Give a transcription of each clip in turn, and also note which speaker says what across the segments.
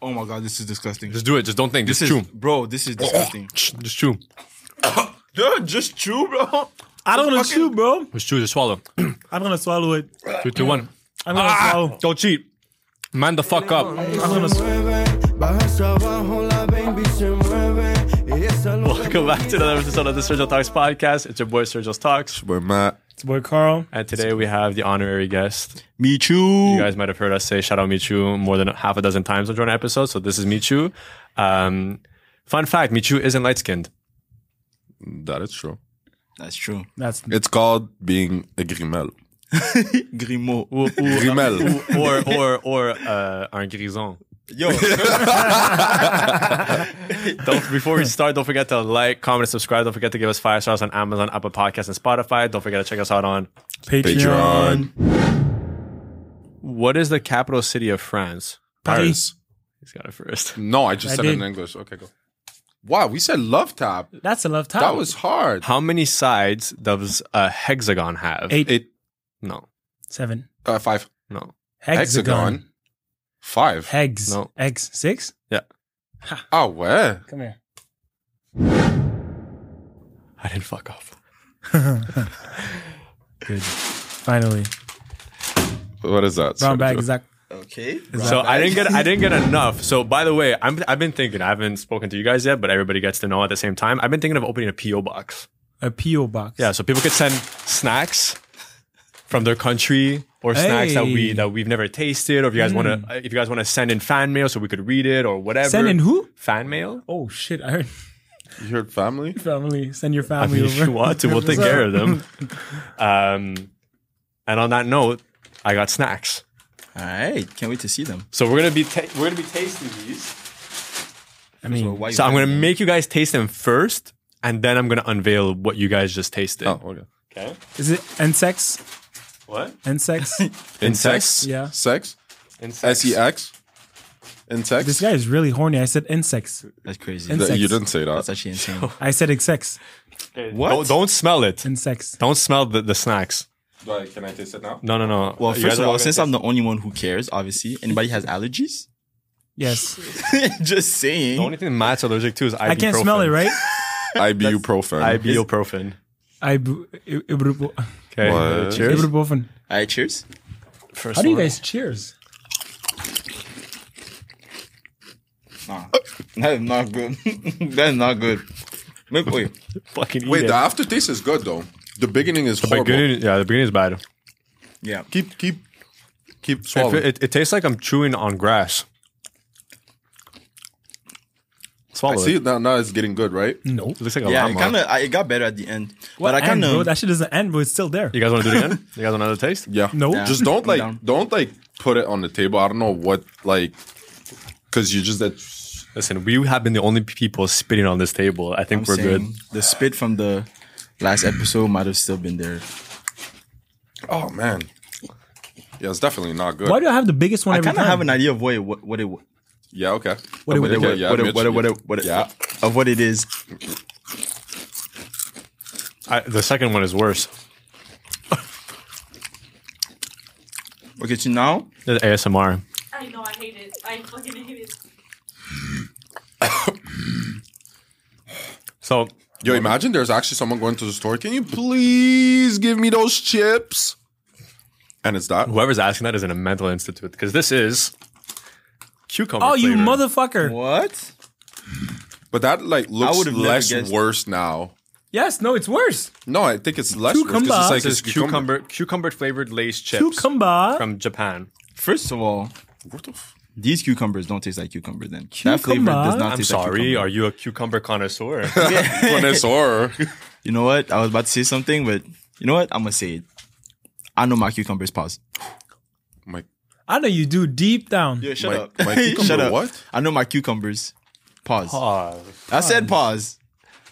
Speaker 1: Oh my god, this is disgusting.
Speaker 2: Just do it. Just don't think.
Speaker 1: This
Speaker 2: Just
Speaker 1: is
Speaker 2: chew.
Speaker 1: bro, this is disgusting.
Speaker 2: Just chew.
Speaker 1: Dude, just chew, bro.
Speaker 3: I don't want to chew, bro.
Speaker 2: Just chew. Just swallow.
Speaker 3: I'm gonna swallow it.
Speaker 2: Three, two, one. Ah!
Speaker 3: I'm gonna swallow.
Speaker 2: Don't cheat. Man the fuck up.
Speaker 3: I'm gonna swallow.
Speaker 4: Welcome back to another episode of the Sergio Talks podcast. It's your boy Sergio Talks,
Speaker 2: We're Matt.
Speaker 3: It's boy Carl.
Speaker 4: and today we have the honorary guest.
Speaker 1: Me
Speaker 4: You
Speaker 1: chew.
Speaker 4: guys might have heard us say "shout out Michu" more than half a dozen times during our episode. So this is Michu. Um, fun fact: Michu isn't light skinned.
Speaker 2: That is true.
Speaker 1: That's true.
Speaker 3: That's
Speaker 5: It's called being a grimel.
Speaker 1: Grimaud.
Speaker 5: Grimel.
Speaker 4: or or or uh, un grison.
Speaker 1: Yo,
Speaker 4: Don't, before we start, don't forget to like, comment, and subscribe. Don't forget to give us five stars on Amazon, Apple Podcasts, and Spotify. Don't forget to check us out on
Speaker 3: Patreon.
Speaker 5: Patreon.
Speaker 4: what is the capital city of France?
Speaker 3: Paris.
Speaker 4: He's got it first.
Speaker 5: No, I just
Speaker 3: I
Speaker 5: said it in
Speaker 3: did.
Speaker 5: English. Okay, go. Wow, we said love tap.
Speaker 3: That's a love tap.
Speaker 5: That was hard.
Speaker 4: How many sides does a hexagon have?
Speaker 3: eight,
Speaker 5: Eight,
Speaker 4: No,
Speaker 3: seven.
Speaker 5: uh, five.
Speaker 4: no.
Speaker 3: Hexagon.
Speaker 5: Five.
Speaker 3: Hex.
Speaker 4: No.
Speaker 3: Hex. Six?
Speaker 5: Ah, where?
Speaker 3: Come here.
Speaker 4: I didn't fuck up.
Speaker 3: Good. Finally.
Speaker 5: What is that?
Speaker 3: Brown bag,
Speaker 5: Sergio?
Speaker 3: Zach.
Speaker 1: okay.
Speaker 4: So I didn't get I didn't get enough. So by the way, I'm I've been thinking. I haven't spoken to you guys yet, but everybody gets to know at the same time. I've been thinking of opening a PO box.
Speaker 3: A P.O. box.
Speaker 4: Yeah, so people could send snacks from their country or snacks that we
Speaker 3: Hey.
Speaker 4: that we've never tasted, or if you guys want to if you guys want to send in fan mail so we could read it or whatever.
Speaker 3: Send in who?
Speaker 4: Fan mail.
Speaker 3: Oh, shit. I heard
Speaker 5: You heard family?
Speaker 3: family. Send your
Speaker 4: I
Speaker 3: family
Speaker 4: mean, if
Speaker 3: over.
Speaker 4: you want to, we'll take care of them. Um, and on that note, I got snacks.
Speaker 1: All right. Can't wait to see them.
Speaker 4: So we're gonna be ta- we're gonna be tasting these.
Speaker 1: So,
Speaker 3: I mean,
Speaker 1: why you
Speaker 4: So I'm gonna
Speaker 1: telling me?
Speaker 4: make you guys taste them first, and then I'm gonna unveil what you guys just tasted.
Speaker 5: Oh, okay.
Speaker 4: Okay.
Speaker 3: is it insects?
Speaker 4: What?
Speaker 3: Insects?
Speaker 4: Insects.
Speaker 3: yeah.
Speaker 5: Sex?
Speaker 4: Insects.
Speaker 5: S E X?
Speaker 3: This
Speaker 5: Insects?
Speaker 3: guy is really horny. I said insects.
Speaker 1: That's crazy.
Speaker 3: Insect.
Speaker 5: You didn't say
Speaker 1: That's
Speaker 5: that.
Speaker 1: actually insane.
Speaker 3: I said insects.
Speaker 4: What? Don't, don't smell it.
Speaker 3: Insects.
Speaker 4: Don't smell the, the snacks.
Speaker 5: Do I- Can I taste it now?
Speaker 4: No, no, no.
Speaker 1: Well,
Speaker 4: You
Speaker 1: first
Speaker 4: guys
Speaker 1: of
Speaker 4: are
Speaker 1: all,
Speaker 4: gonna
Speaker 1: since
Speaker 4: taste-
Speaker 1: I'm the only one who cares, obviously, anybody has allergies?
Speaker 3: Yes.
Speaker 1: Just saying.
Speaker 4: the only thing Matt's allergic to is ibuprofen.
Speaker 3: I can't smell it, right?
Speaker 5: Ibuprofen.
Speaker 4: Ibuprofen.
Speaker 3: Ibu- i- Ibrubo-
Speaker 4: Okay.
Speaker 5: What?
Speaker 4: Cheers.
Speaker 3: Ibuprofen.
Speaker 1: All right, cheers.
Speaker 4: First
Speaker 3: How do you
Speaker 4: one.
Speaker 3: guys cheers?
Speaker 1: Nah, that is not good. that is not good. Wait, wait.
Speaker 4: fucking eat
Speaker 5: Wait,
Speaker 4: it?
Speaker 5: the aftertaste is good though. The beginning is
Speaker 4: The
Speaker 5: horrible.
Speaker 4: beginning, yeah, the beginning is bad.
Speaker 1: Yeah.
Speaker 5: Keep, keep, keep
Speaker 4: It,
Speaker 5: swallowing.
Speaker 4: it, it tastes like I'm chewing on grass.
Speaker 5: I
Speaker 4: Swallow
Speaker 5: see
Speaker 4: it.
Speaker 5: it now. Now it's getting good, right?
Speaker 1: Mm,
Speaker 3: No.
Speaker 4: It looks like a
Speaker 1: Yeah,
Speaker 4: yeah,
Speaker 1: it kind of it got better at the end,
Speaker 3: What
Speaker 1: but I kind
Speaker 3: end, bro?
Speaker 1: of
Speaker 3: That shit doesn't end, but it's still there.
Speaker 4: You guys want to do it again? You guys want another taste?
Speaker 5: Yeah.
Speaker 3: No. Yeah.
Speaker 5: Just don't
Speaker 1: I'm
Speaker 5: like
Speaker 1: down.
Speaker 5: don't like put it on the table. I don't know what like because you just that
Speaker 4: Listen, we have been the only people spitting on this table. I think
Speaker 1: I'm
Speaker 4: we're good.
Speaker 1: saying The spit from the last episode might have still been there.
Speaker 5: oh man. Yeah, it's definitely not good.
Speaker 3: Why do I have the biggest one
Speaker 1: I
Speaker 3: every
Speaker 1: kind of
Speaker 3: time?
Speaker 1: have an idea of what it, what, what it what
Speaker 5: Yeah, okay.
Speaker 3: What-
Speaker 5: Okay,
Speaker 3: what-
Speaker 5: yeah,
Speaker 1: it-
Speaker 5: yeah,
Speaker 1: what it,
Speaker 5: Mitch,
Speaker 1: what it, what
Speaker 5: yeah.
Speaker 1: it, what it,
Speaker 5: Yeah.
Speaker 1: of what it is.
Speaker 4: I, the second one is worse.
Speaker 1: Okay, so now
Speaker 4: The ASMR.
Speaker 6: I know, I hate it. I fucking hate it.
Speaker 4: So
Speaker 5: Yo, imagine there's actually someone going to the store. Can you please give me those chips? And it's that.
Speaker 4: whoever's asking that is in a mental institute because this is cucumber.
Speaker 3: Oh, you
Speaker 4: flavored.
Speaker 3: motherfucker.
Speaker 1: what?
Speaker 5: But that like looks
Speaker 1: would've never
Speaker 5: less
Speaker 1: guessed.
Speaker 5: worse now.
Speaker 3: Yes, no, it's worse.
Speaker 5: No, I think it's less worse 'cause
Speaker 3: Cucumber.
Speaker 5: it's like
Speaker 4: This
Speaker 5: it's
Speaker 4: is cucumber, cucumber flavored lace chips
Speaker 3: Cucumber.
Speaker 4: from Japan.
Speaker 1: First of all,
Speaker 5: What the f-
Speaker 1: these cucumbers don't taste like cucumber. Then that flavor does
Speaker 3: Cucumber?
Speaker 1: not
Speaker 4: I'm
Speaker 1: taste
Speaker 4: sorry.
Speaker 1: like
Speaker 4: Are you a cucumber connoisseur?
Speaker 5: connoisseur.
Speaker 1: cucumber. You know what? I was about to say something, but you know what? I'm gonna say it. I know my cucumbers. Pause.
Speaker 5: My
Speaker 3: I know you do deep down.
Speaker 1: Yeah, shut
Speaker 5: My-
Speaker 1: up.
Speaker 5: my cucumber
Speaker 1: shut up.
Speaker 5: what?
Speaker 1: I know my cucumbers. Pause.
Speaker 4: Pause.
Speaker 1: I said pause.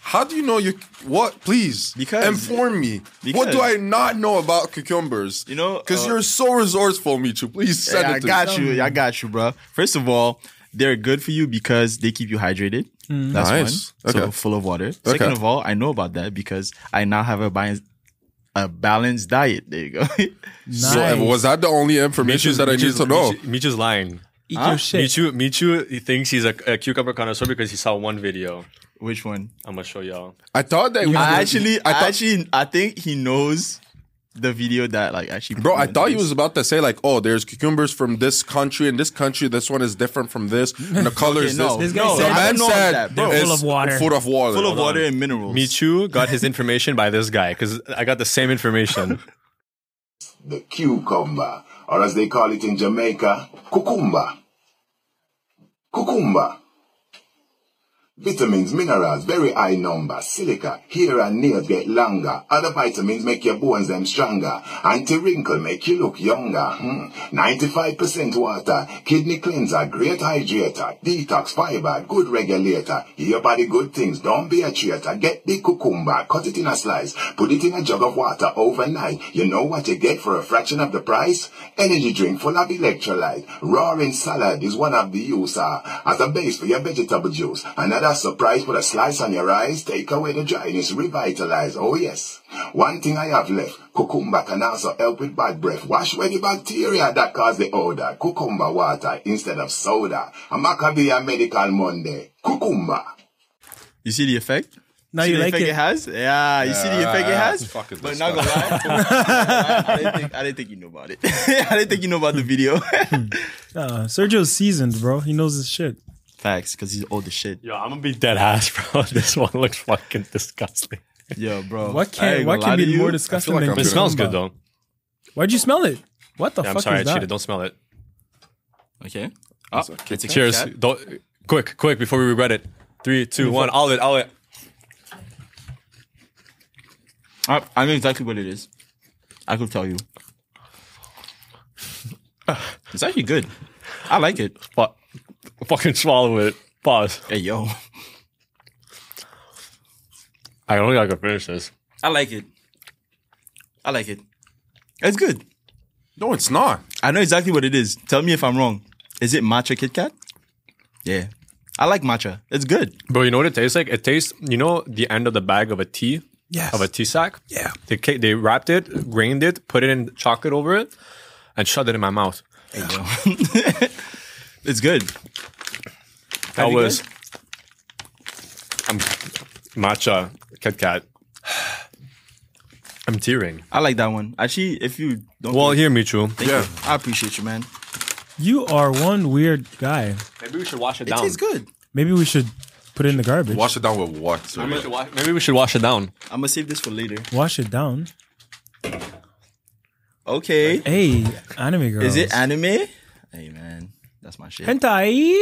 Speaker 5: How do you know you what? Please
Speaker 1: Because-
Speaker 5: inform me. what
Speaker 1: because-
Speaker 5: do I not know about cucumbers?
Speaker 1: You know,
Speaker 5: because
Speaker 1: uh,
Speaker 5: you're so resourceful, Michu. Please send
Speaker 1: Yeah,
Speaker 5: it
Speaker 1: I
Speaker 5: to me.
Speaker 1: got you. I got you, bro. First of all, they're good for you because they keep you hydrated.
Speaker 3: Hmm.
Speaker 1: That's
Speaker 5: Nice.
Speaker 1: one. So
Speaker 5: Okay.
Speaker 1: full of water. Second
Speaker 5: Okay.
Speaker 1: of all, I know about that because I now have a balance, a balanced diet. There you go.
Speaker 3: Nice.
Speaker 5: So, was that the only information that I need to know?
Speaker 4: Michu's lying.
Speaker 3: Eat
Speaker 1: Huh?
Speaker 3: your shit.
Speaker 4: Michu, Michu he thinks he's a, a cucumber connoisseur because he saw one video.
Speaker 1: Which one?
Speaker 4: I'm gonna show y'all.
Speaker 5: I thought that we was
Speaker 1: I
Speaker 5: gonna-
Speaker 1: actually, I,
Speaker 5: I thought,
Speaker 1: actually, I think he knows the video that like actually.
Speaker 5: bro, I
Speaker 1: promotes
Speaker 5: thought he
Speaker 1: this.
Speaker 5: was about to say like, oh, there's cucumbers from this country and this country. This one is different from this, and the color
Speaker 1: Okay,
Speaker 5: is
Speaker 1: no,
Speaker 5: this.
Speaker 3: This guy
Speaker 1: no,
Speaker 3: said-
Speaker 5: the
Speaker 1: I
Speaker 5: man
Speaker 1: don't know
Speaker 5: said
Speaker 1: that, bro.
Speaker 3: They're full
Speaker 5: it's
Speaker 3: of water.
Speaker 5: Full of water.
Speaker 1: full of
Speaker 5: Hold
Speaker 1: water and minerals.
Speaker 4: Michu got his information by this guy because I got the same information.
Speaker 7: the cucumber, or as they call it in Jamaica, cucumba. Cucumba. Vitamins, minerals, very high number, silica, here and nails get longer. Other vitamins make your bones them stronger. Anti-wrinkle make you look younger. Hmm. 95% water, kidney cleanser, great hydrator, detox fiber, good regulator. Your body good things, don't be a traitor. Get the cucumber, cut it in a slice, put it in a jug of water overnight. You know what you get for a fraction of the price? Energy drink full of electrolyte. Roaring salad is one of the use uh, as a base for your vegetable juice. Another surprise with a slice on your eyes, take away the dryness, revitalize. Oh yes. One thing I have left, cucumber can also help with bad breath. Wash away the bacteria that cause the odor. Cucumber water instead of soda. A Maccabiah Medical Monday. Cucumber.
Speaker 1: You see the effect?
Speaker 3: Now
Speaker 1: see
Speaker 3: you
Speaker 1: the
Speaker 3: like
Speaker 1: effect it.
Speaker 3: it.
Speaker 1: has? Yeah, you see the effect it
Speaker 5: Yeah,
Speaker 1: has?
Speaker 5: fuck it,
Speaker 1: but
Speaker 5: let's
Speaker 1: not gonna lie. I, didn't think, I didn't think you knew about it. I didn't think you know about the video.
Speaker 3: Uh, Sergio's seasoned, bro. He knows his shit.
Speaker 1: Facts, because he's old as shit.
Speaker 4: Yo, I'm gonna be dead ass, bro. This one looks fucking disgusting.
Speaker 1: Yo, bro.
Speaker 3: What
Speaker 1: I
Speaker 3: can
Speaker 1: ain't
Speaker 3: what
Speaker 1: gonna lie
Speaker 3: can
Speaker 1: to
Speaker 3: be
Speaker 1: you.
Speaker 3: more disgusting
Speaker 5: like
Speaker 3: than
Speaker 5: I'm
Speaker 4: But it
Speaker 5: Good.
Speaker 4: smells good though.
Speaker 3: Why'd you smell it? What the
Speaker 4: Yeah,
Speaker 3: fuck
Speaker 4: I'm sorry, I
Speaker 3: is that?
Speaker 4: cheated. Don't smell it.
Speaker 1: Okay. Ah, it's a
Speaker 4: Cheers.
Speaker 1: Kit Kat.
Speaker 4: Don't, quick, quick, before we regret it. Three, two, one. All it, all it.
Speaker 1: I, Ah, I know exactly what it is. I could tell you. It's actually good. I like it.
Speaker 4: But fucking swallow it. Pause.
Speaker 1: Hey, yo.
Speaker 4: I don't think I can finish this.
Speaker 1: I like it. I like it. It's good.
Speaker 5: No, it's not.
Speaker 1: I know exactly what it is. Tell me if I'm wrong. Is it matcha Kit Kat? Yeah. I like matcha. It's good.
Speaker 4: Bro, you know what it tastes like? It tastes, you know, the end of the bag of a tea,
Speaker 3: Yes.
Speaker 4: of a tea sack.
Speaker 3: Yeah.
Speaker 4: They ca- they wrapped it, grained it, put it in chocolate over it, and shoved it in my mouth.
Speaker 1: It's good.
Speaker 4: That
Speaker 1: you
Speaker 4: was I'm matcha Kit Kat. I'm tearing.
Speaker 1: I like that one. Actually, if you don't
Speaker 4: Well, here, Michu.
Speaker 1: yeah. I appreciate you, man.
Speaker 3: You are one weird guy.
Speaker 4: Maybe we should wash it
Speaker 1: It tastes good.
Speaker 3: Maybe we should put it in the garbage.
Speaker 5: Wash it down with water.
Speaker 4: Maybe we should wash, maybe we should wash it down.
Speaker 1: I'm gonna save this for later.
Speaker 3: Wash it down.
Speaker 1: Okay.
Speaker 3: Hey, anime girl.
Speaker 1: Is it anime? Hey man. That's my shit.
Speaker 3: hentai?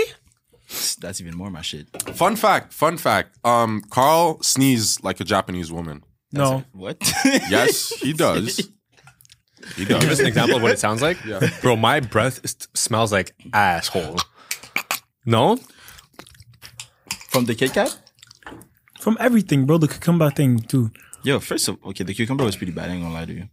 Speaker 1: That's even more my shit.
Speaker 5: Fun fact, fun fact. Um, Carl sneezes like a Japanese woman.
Speaker 3: No.
Speaker 1: What?
Speaker 5: Yes, he does. He
Speaker 4: Give us
Speaker 5: does.
Speaker 4: an example of what it sounds like. Bro, my breath is, smells like asshole. No?
Speaker 1: From the Kit Kat?
Speaker 3: From everything, bro. The cucumber thing too.
Speaker 1: Yo, first of okay, the cucumber was pretty bad. I ain't gonna lie to you.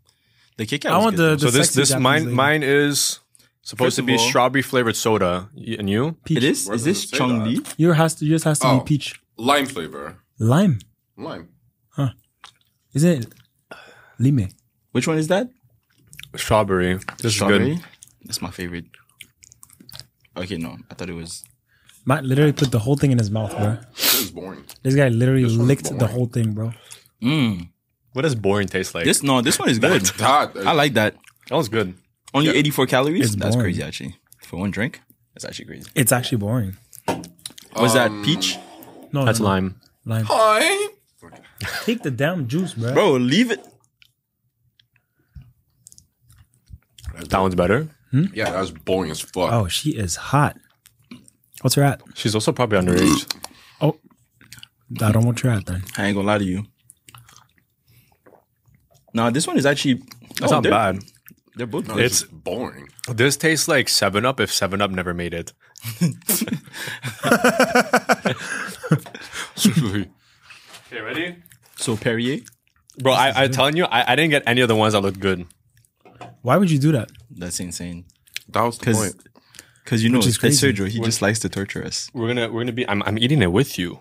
Speaker 1: The Kit Kat.
Speaker 3: I
Speaker 1: was
Speaker 3: want
Speaker 1: good,
Speaker 3: the,
Speaker 1: though.
Speaker 3: the
Speaker 4: So this
Speaker 3: sexy
Speaker 4: this
Speaker 3: Japanese
Speaker 4: mine
Speaker 3: lady.
Speaker 4: mine is supposed
Speaker 1: First
Speaker 4: to
Speaker 1: of
Speaker 4: be
Speaker 1: all-
Speaker 4: strawberry flavored soda. Y- And you?
Speaker 1: It is. Is this Chung Li?
Speaker 3: Yours has to yours has to
Speaker 5: Oh.
Speaker 3: be peach
Speaker 5: Lime flavor.
Speaker 3: lime.
Speaker 5: Lime.
Speaker 3: Isn't it lime?
Speaker 1: Which one is that?
Speaker 4: Strawberry. This
Speaker 1: Strawberry.
Speaker 4: is
Speaker 1: That's my favorite. Okay, no, I thought it was.
Speaker 3: Matt literally put the whole thing in his mouth, bro.
Speaker 5: This is boring.
Speaker 3: This guy literally licked the
Speaker 5: boring.
Speaker 3: whole thing, bro.
Speaker 4: good. What does boring taste like?
Speaker 1: This no, this one is good.
Speaker 5: God,
Speaker 1: I like that.
Speaker 4: that was good.
Speaker 1: Only 84 calories.
Speaker 3: It's
Speaker 1: That's
Speaker 3: boring.
Speaker 1: crazy, actually. For one drink, that's actually crazy.
Speaker 3: It's actually boring.
Speaker 1: Was that peach?
Speaker 3: No,
Speaker 4: That's
Speaker 3: no, no.
Speaker 4: lime.
Speaker 3: Lime.
Speaker 5: Hi.
Speaker 3: Take the damn juice, bro.
Speaker 1: Bro, leave it.
Speaker 4: That one's better.
Speaker 5: Yeah, that's boring as fuck.
Speaker 3: Oh, she is hot. What's her at?
Speaker 4: She's also probably underage.
Speaker 3: Oh, I don't want her at then.
Speaker 1: I ain't gonna lie to you. Nah, this one is actually.
Speaker 4: That's
Speaker 1: oh,
Speaker 4: not
Speaker 1: they're-
Speaker 4: bad.
Speaker 1: They're both.
Speaker 5: No,
Speaker 1: good.
Speaker 5: this is boring.
Speaker 4: This tastes like Seven Up if Seven Up never made it. Okay, ready?
Speaker 1: So Perrier.
Speaker 4: Bro, I, I'm telling you, I, I didn't get any of the ones that looked good.
Speaker 3: Why would you do that?
Speaker 1: That's insane.
Speaker 5: that was the
Speaker 1: Because.
Speaker 5: point.
Speaker 1: Because you know,
Speaker 3: Which is
Speaker 1: it's
Speaker 3: crazy.
Speaker 1: Sergio. He just likes to torture us.
Speaker 4: We're gonna we're gonna be. I'm, I'm eating it with you.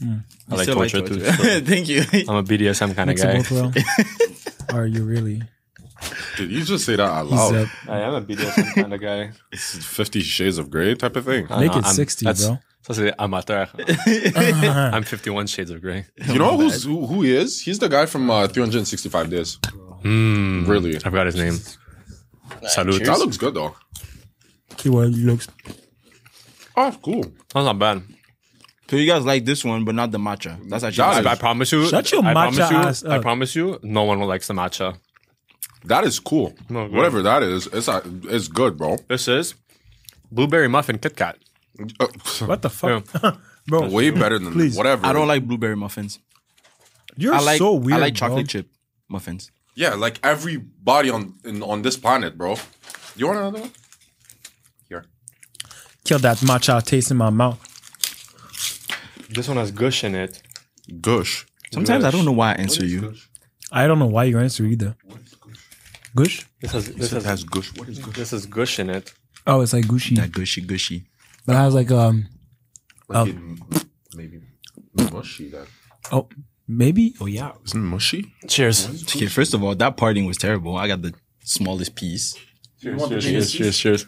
Speaker 3: Hmm.
Speaker 4: I like
Speaker 1: Still
Speaker 4: torture, too. so
Speaker 1: Thank you.
Speaker 4: I'm a BDSM kind of
Speaker 3: Mix it
Speaker 4: guy.
Speaker 3: both well. Are you really?
Speaker 5: Did you just say that out
Speaker 3: He's
Speaker 5: loud?
Speaker 3: up.
Speaker 4: I am a BDSM kind of guy.
Speaker 5: Fifty Shades of Grey type of thing.
Speaker 3: Make
Speaker 4: No, I'm-
Speaker 3: it 60,
Speaker 4: that's-
Speaker 3: bro.
Speaker 4: So say amateur. I'm 51 Shades of Grey.
Speaker 5: You know who's who, who he is? He's the guy from uh, 365 Days.
Speaker 4: Hmm.
Speaker 5: Really?
Speaker 4: I forgot his name. Salute.
Speaker 5: That
Speaker 4: That
Speaker 5: looks good though.
Speaker 3: He well, he looks.
Speaker 5: Oh, cool.
Speaker 4: was not bad.
Speaker 1: So you guys like this one, but not the matcha. That's
Speaker 5: That
Speaker 1: actually
Speaker 5: is-
Speaker 4: I, I promise you.
Speaker 3: Shut your
Speaker 4: I promise
Speaker 3: matcha
Speaker 4: you,
Speaker 3: ass
Speaker 4: I
Speaker 3: up.
Speaker 4: promise you, no one will likes the matcha.
Speaker 5: That is cool.
Speaker 4: No, good.
Speaker 5: Whatever that is, it's uh, it's good, bro.
Speaker 4: This is blueberry muffin Kit Kat.
Speaker 5: Uh,
Speaker 3: What the fuck, bro?
Speaker 5: way better than
Speaker 3: Please.
Speaker 5: whatever.
Speaker 1: I don't like blueberry muffins.
Speaker 3: You're
Speaker 1: I like
Speaker 3: so weird.
Speaker 1: I like
Speaker 3: bro.
Speaker 1: chocolate chip muffins.
Speaker 5: Yeah, like everybody on in, on this planet, bro. You want another one? Here.
Speaker 3: Kill that matcha taste in my mouth.
Speaker 4: This one has gush in it.
Speaker 5: Gush.
Speaker 1: Sometimes I don't know why I answer you.
Speaker 3: I don't know why you answer either. Gush?
Speaker 4: This has this has,
Speaker 5: That's gush. What is gush?
Speaker 4: this is gush in it.
Speaker 3: Oh, it's like Gucci,
Speaker 1: That gushy gushy.
Speaker 3: but it has like um.
Speaker 5: Like it, maybe mushy. That
Speaker 3: Oh, maybe. Oh yeah.
Speaker 5: isn't mushy.
Speaker 4: Cheers.
Speaker 1: Okay, first of all, that parting was terrible. I got the smallest piece.
Speaker 4: Cheers. Cheers. Cheers. Cheers.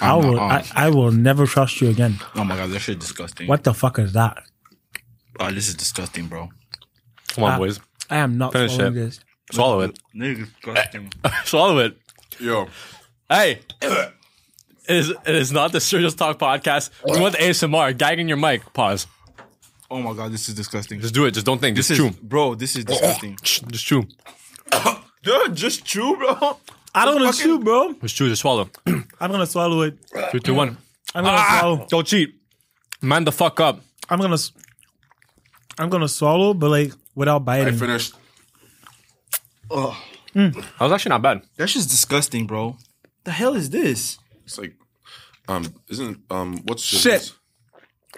Speaker 3: I will. I, I will never trust you again.
Speaker 1: Oh my god, that shit disgusting.
Speaker 3: What the fuck is that?
Speaker 1: Oh, this is disgusting, bro.
Speaker 4: Come on,
Speaker 3: Ah.
Speaker 4: boys.
Speaker 3: I am not
Speaker 4: Finish
Speaker 3: following
Speaker 4: it.
Speaker 3: this.
Speaker 4: Swallow it.
Speaker 1: This is disgusting.
Speaker 4: Swallow it.
Speaker 5: Yo,
Speaker 4: Hey. It is, it is not the Serious Talk podcast. We want ASMR. Gagging your mic. Pause.
Speaker 1: Oh my god, this is disgusting.
Speaker 4: Just do it. Just don't think.
Speaker 1: This
Speaker 4: Just
Speaker 1: is
Speaker 4: chew.
Speaker 1: bro, this is disgusting.
Speaker 4: Just chew.
Speaker 1: Dude, just chew, bro.
Speaker 3: I don't want to chew, bro.
Speaker 4: Just chew. Just swallow.
Speaker 3: I'm gonna swallow it.
Speaker 4: Three, two, one.
Speaker 3: I'm gonna
Speaker 4: Ah!
Speaker 3: swallow.
Speaker 4: Don't cheat. Man the fuck up.
Speaker 3: I'm gonna. s- I'm gonna swallow, but like without
Speaker 5: I
Speaker 3: biting.
Speaker 5: finished.
Speaker 4: That was actually not bad.
Speaker 1: That shit's disgusting, bro. The hell is this?
Speaker 5: It's like, um, isn't um, what's
Speaker 3: Shit.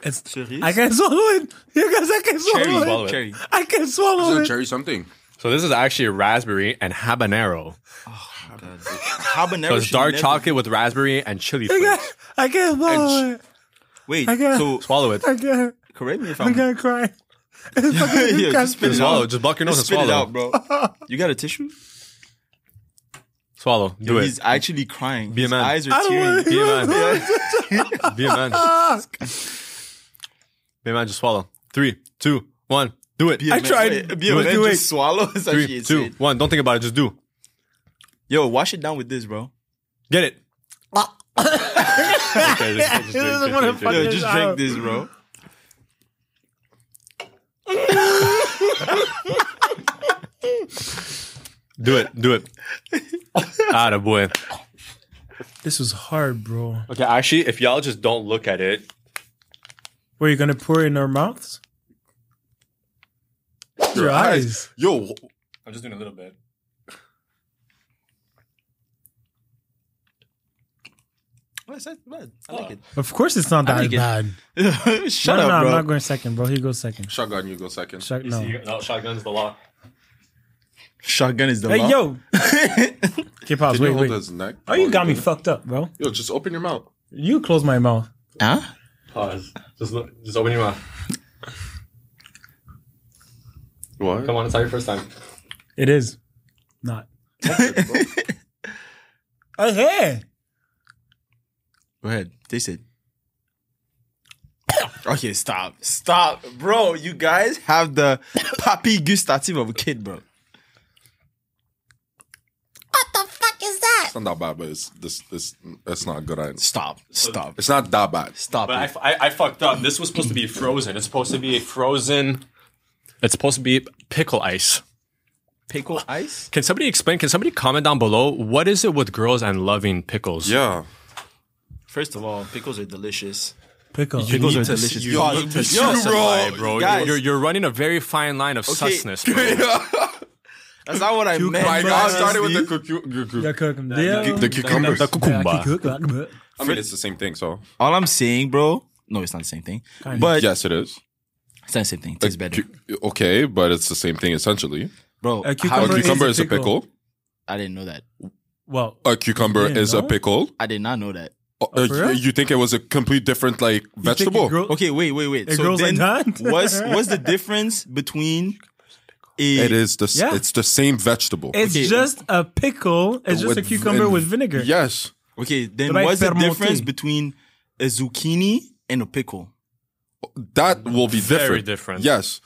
Speaker 3: It's, I can swallow it. You guys, I can swallow it.
Speaker 4: swallow it.
Speaker 1: Cherry.
Speaker 3: I can swallow
Speaker 5: Isn't
Speaker 3: it.
Speaker 5: it cherry something?
Speaker 4: So this is actually raspberry and habanero.
Speaker 1: Habanero.
Speaker 4: So it's
Speaker 1: should
Speaker 4: dark
Speaker 1: never-
Speaker 4: chocolate with raspberry and chili
Speaker 3: I
Speaker 4: flakes.
Speaker 3: can't- I can't swallow it.
Speaker 1: Wait,
Speaker 3: I got-
Speaker 1: so
Speaker 4: Swallow it.
Speaker 3: I can't.
Speaker 1: correct me if
Speaker 3: I'm
Speaker 1: I'm
Speaker 3: gonna cry. It's fucking
Speaker 1: Yeah, just
Speaker 3: disgusting.
Speaker 1: spit it
Speaker 4: Swallow.
Speaker 1: out.
Speaker 4: Just buck your nose
Speaker 1: Just spit
Speaker 4: and
Speaker 1: it
Speaker 4: swallow.
Speaker 1: out, bro. You got a tissue?
Speaker 4: Swallow. Do it.
Speaker 1: He's actually crying.
Speaker 4: a
Speaker 1: His
Speaker 4: man.
Speaker 1: eyes
Speaker 3: I
Speaker 1: are
Speaker 3: don't wanna-
Speaker 1: tearing.
Speaker 4: Be a man. Be a man. Be a man. Just swallow. Three, two, one. Do it.
Speaker 1: Be a
Speaker 3: I
Speaker 1: man.
Speaker 3: tried.
Speaker 1: Wait, Be a
Speaker 3: Do it,
Speaker 1: man.
Speaker 3: do
Speaker 1: Just
Speaker 3: it.
Speaker 1: swallow. It's actually
Speaker 4: Three, two,
Speaker 1: insane.
Speaker 4: one. Don't think about it. Just do.
Speaker 1: Yo, wash it down with this, bro.
Speaker 4: Get it.
Speaker 1: Ah.
Speaker 3: This is what the fuck
Speaker 1: Yo,
Speaker 3: is
Speaker 1: just
Speaker 3: out.
Speaker 1: drink this, bro.
Speaker 4: Do it. Do it. Atta boy.
Speaker 3: This was hard, bro.
Speaker 4: Okay, actually, if y'all just don't look at it,
Speaker 3: Were you gonna pour it in our mouths? Your eyes.
Speaker 5: Yo,
Speaker 4: I'm just doing a little bit.
Speaker 1: What's that bad? I like it.
Speaker 3: Of course, it's not that
Speaker 1: like it.
Speaker 3: bad. No,
Speaker 1: Shut
Speaker 3: no,
Speaker 1: up,
Speaker 3: no, I'm
Speaker 1: bro.
Speaker 3: not going second, bro. He goes second.
Speaker 5: shotgun, you go second.
Speaker 3: Check no.
Speaker 4: shotgun's the law.
Speaker 1: Shotgun is the
Speaker 3: Hey
Speaker 1: law.
Speaker 3: yo. Keep pause.
Speaker 5: Can you
Speaker 3: Wait,
Speaker 5: hold
Speaker 3: wait.
Speaker 5: his neck?
Speaker 3: Oh, you got me fucked up, bro.
Speaker 5: Yo, just open your mouth.
Speaker 3: You close my mouth.
Speaker 1: Huh?
Speaker 4: Pause. Just look, just open your mouth.
Speaker 5: What?
Speaker 4: on, it's not your first time.
Speaker 3: It is not. Okay.
Speaker 1: Go ahead. Taste it. Okay, stop. Stop. Bro, you guys have the papi gustative of a kid, bro.
Speaker 5: It's not that bad, but it's this this it's not good. I-
Speaker 1: Stop. Stop.
Speaker 5: It's not that bad.
Speaker 1: Stop
Speaker 4: But
Speaker 1: it.
Speaker 4: I, I, I fucked up. This was supposed to be frozen. It's supposed to be frozen. It's supposed to be pickle ice.
Speaker 1: Pickle ice?
Speaker 4: Can somebody explain? Can somebody comment down below? What is it with girls and loving pickles?
Speaker 5: Yeah.
Speaker 1: First of all, pickles are delicious.
Speaker 3: Pickle.
Speaker 1: Pickles
Speaker 4: need
Speaker 1: are
Speaker 4: to s-
Speaker 1: delicious.
Speaker 4: you
Speaker 1: Yo,
Speaker 4: need to
Speaker 1: yo,
Speaker 4: specify,
Speaker 1: bro,
Speaker 4: bro.
Speaker 1: guys.
Speaker 4: You're, you're, you're running a very fine line of susness. Bro.
Speaker 1: That's not what I meant.
Speaker 5: My
Speaker 1: bro.
Speaker 5: God, started with the
Speaker 1: Honestly.
Speaker 5: cucu-
Speaker 3: Yeah,
Speaker 5: cucu-
Speaker 3: cook 'em. Yeah.
Speaker 5: the cucumbers.
Speaker 3: Yeah, cook 'em.
Speaker 5: I mean, it's the same thing. So
Speaker 1: All I'm saying, bro. No, it's not the same thing.
Speaker 3: Kinda.
Speaker 1: But
Speaker 5: yes, it is.
Speaker 1: it's not the same thing. It tastes better.
Speaker 5: Cu- Okay, but it's the same thing essentially.
Speaker 1: Bro,
Speaker 3: A
Speaker 1: how
Speaker 5: A
Speaker 3: Cucumber
Speaker 1: did-
Speaker 5: cucumber is
Speaker 3: is a
Speaker 5: a pickle.
Speaker 1: I didn't know that.
Speaker 3: Well,
Speaker 5: A cucumber
Speaker 3: You didn't
Speaker 5: is a
Speaker 3: know?
Speaker 5: pickle.
Speaker 1: I did not know that.
Speaker 5: Uh,
Speaker 3: Oh, for real?
Speaker 5: you think it was a complete different like vegetable?
Speaker 3: Girl,
Speaker 1: Okay, wait, wait, wait.
Speaker 3: It
Speaker 1: so
Speaker 3: grows like
Speaker 1: then,
Speaker 3: that?
Speaker 1: what's what's the difference between a
Speaker 5: It is the s
Speaker 3: Yeah.
Speaker 5: it's the same vegetable.
Speaker 3: It's
Speaker 1: Okay.
Speaker 3: just a pickle. It's just a
Speaker 5: With-
Speaker 3: cucumber
Speaker 5: and-
Speaker 3: with vinegar.
Speaker 5: Yes.
Speaker 1: Okay, then
Speaker 3: Like
Speaker 1: what's the
Speaker 3: fermenté.
Speaker 1: difference between a zucchini and a pickle?
Speaker 5: That will be
Speaker 4: Very
Speaker 5: different.
Speaker 4: different.
Speaker 5: Yes.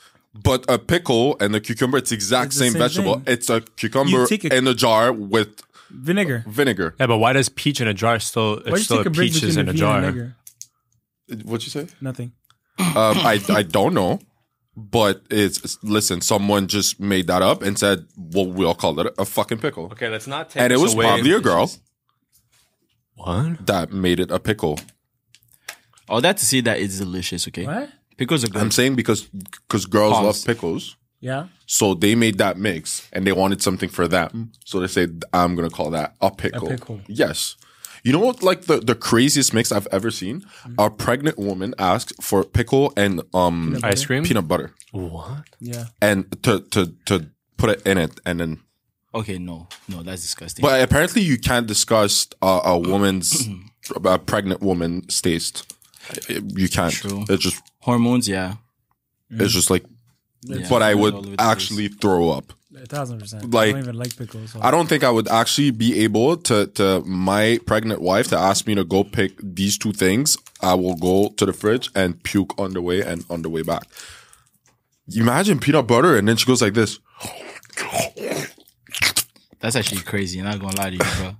Speaker 5: But a pickle and a cucumber, it's the exact
Speaker 3: It's the
Speaker 5: same,
Speaker 3: same
Speaker 5: vegetable.
Speaker 3: thing.
Speaker 5: It's a cucumber
Speaker 3: You take a-
Speaker 5: in a jar with
Speaker 3: Vinegar.
Speaker 5: vinegar.
Speaker 4: Yeah, but why does peach in a jar still?
Speaker 3: Why
Speaker 4: It's
Speaker 3: did you
Speaker 4: still
Speaker 3: take
Speaker 4: a
Speaker 3: a break
Speaker 4: peaches
Speaker 3: between
Speaker 4: in
Speaker 3: the
Speaker 4: a
Speaker 3: V and the
Speaker 4: jar.
Speaker 3: vinegar?
Speaker 5: What'd you say?
Speaker 3: Nothing.
Speaker 5: Um, I I don't know, but it's listen. Someone just made that up and said, "Well, we'll call it a fucking pickle,"
Speaker 4: Okay, let's not take.
Speaker 5: and it
Speaker 4: this
Speaker 5: was
Speaker 4: away.
Speaker 5: probably a girl
Speaker 4: What?
Speaker 5: that made it a pickle.
Speaker 1: All that to say that it's delicious, okay?
Speaker 3: What?
Speaker 1: Pickles are good.
Speaker 5: I'm saying because because girls
Speaker 1: Pause.
Speaker 5: love pickles,
Speaker 3: Yeah.
Speaker 5: so they made that mix and they wanted something for them, so they said, "I'm gonna call that a pickle."
Speaker 3: pickle.
Speaker 5: Yes. You know what? Like the, the craziest mix I've ever seen. A pregnant woman asked for pickle and um
Speaker 4: Ice cream.
Speaker 5: peanut butter,
Speaker 4: What?
Speaker 3: Yeah.
Speaker 5: and to to to put it in it, and then
Speaker 1: okay, no, no, that's disgusting.
Speaker 5: But apparently, you can't discuss uh, a woman's, a pregnant woman's taste. You can't.
Speaker 1: True.
Speaker 5: It's just,
Speaker 1: Hormones, yeah.
Speaker 5: it's just like.
Speaker 1: Yeah,
Speaker 5: but I
Speaker 1: all over the
Speaker 5: would
Speaker 1: place.
Speaker 5: actually throw up.
Speaker 3: A thousand percent. I
Speaker 5: Like-
Speaker 3: don't even like pickles. so-
Speaker 5: I don't think I would actually be able to to my pregnant wife to ask me to go pick these two things. I will go to the fridge and puke on the way and on the way back. Imagine peanut butter, and then she goes like this.
Speaker 1: That's actually crazy. I'm not gonna lie to you, bro.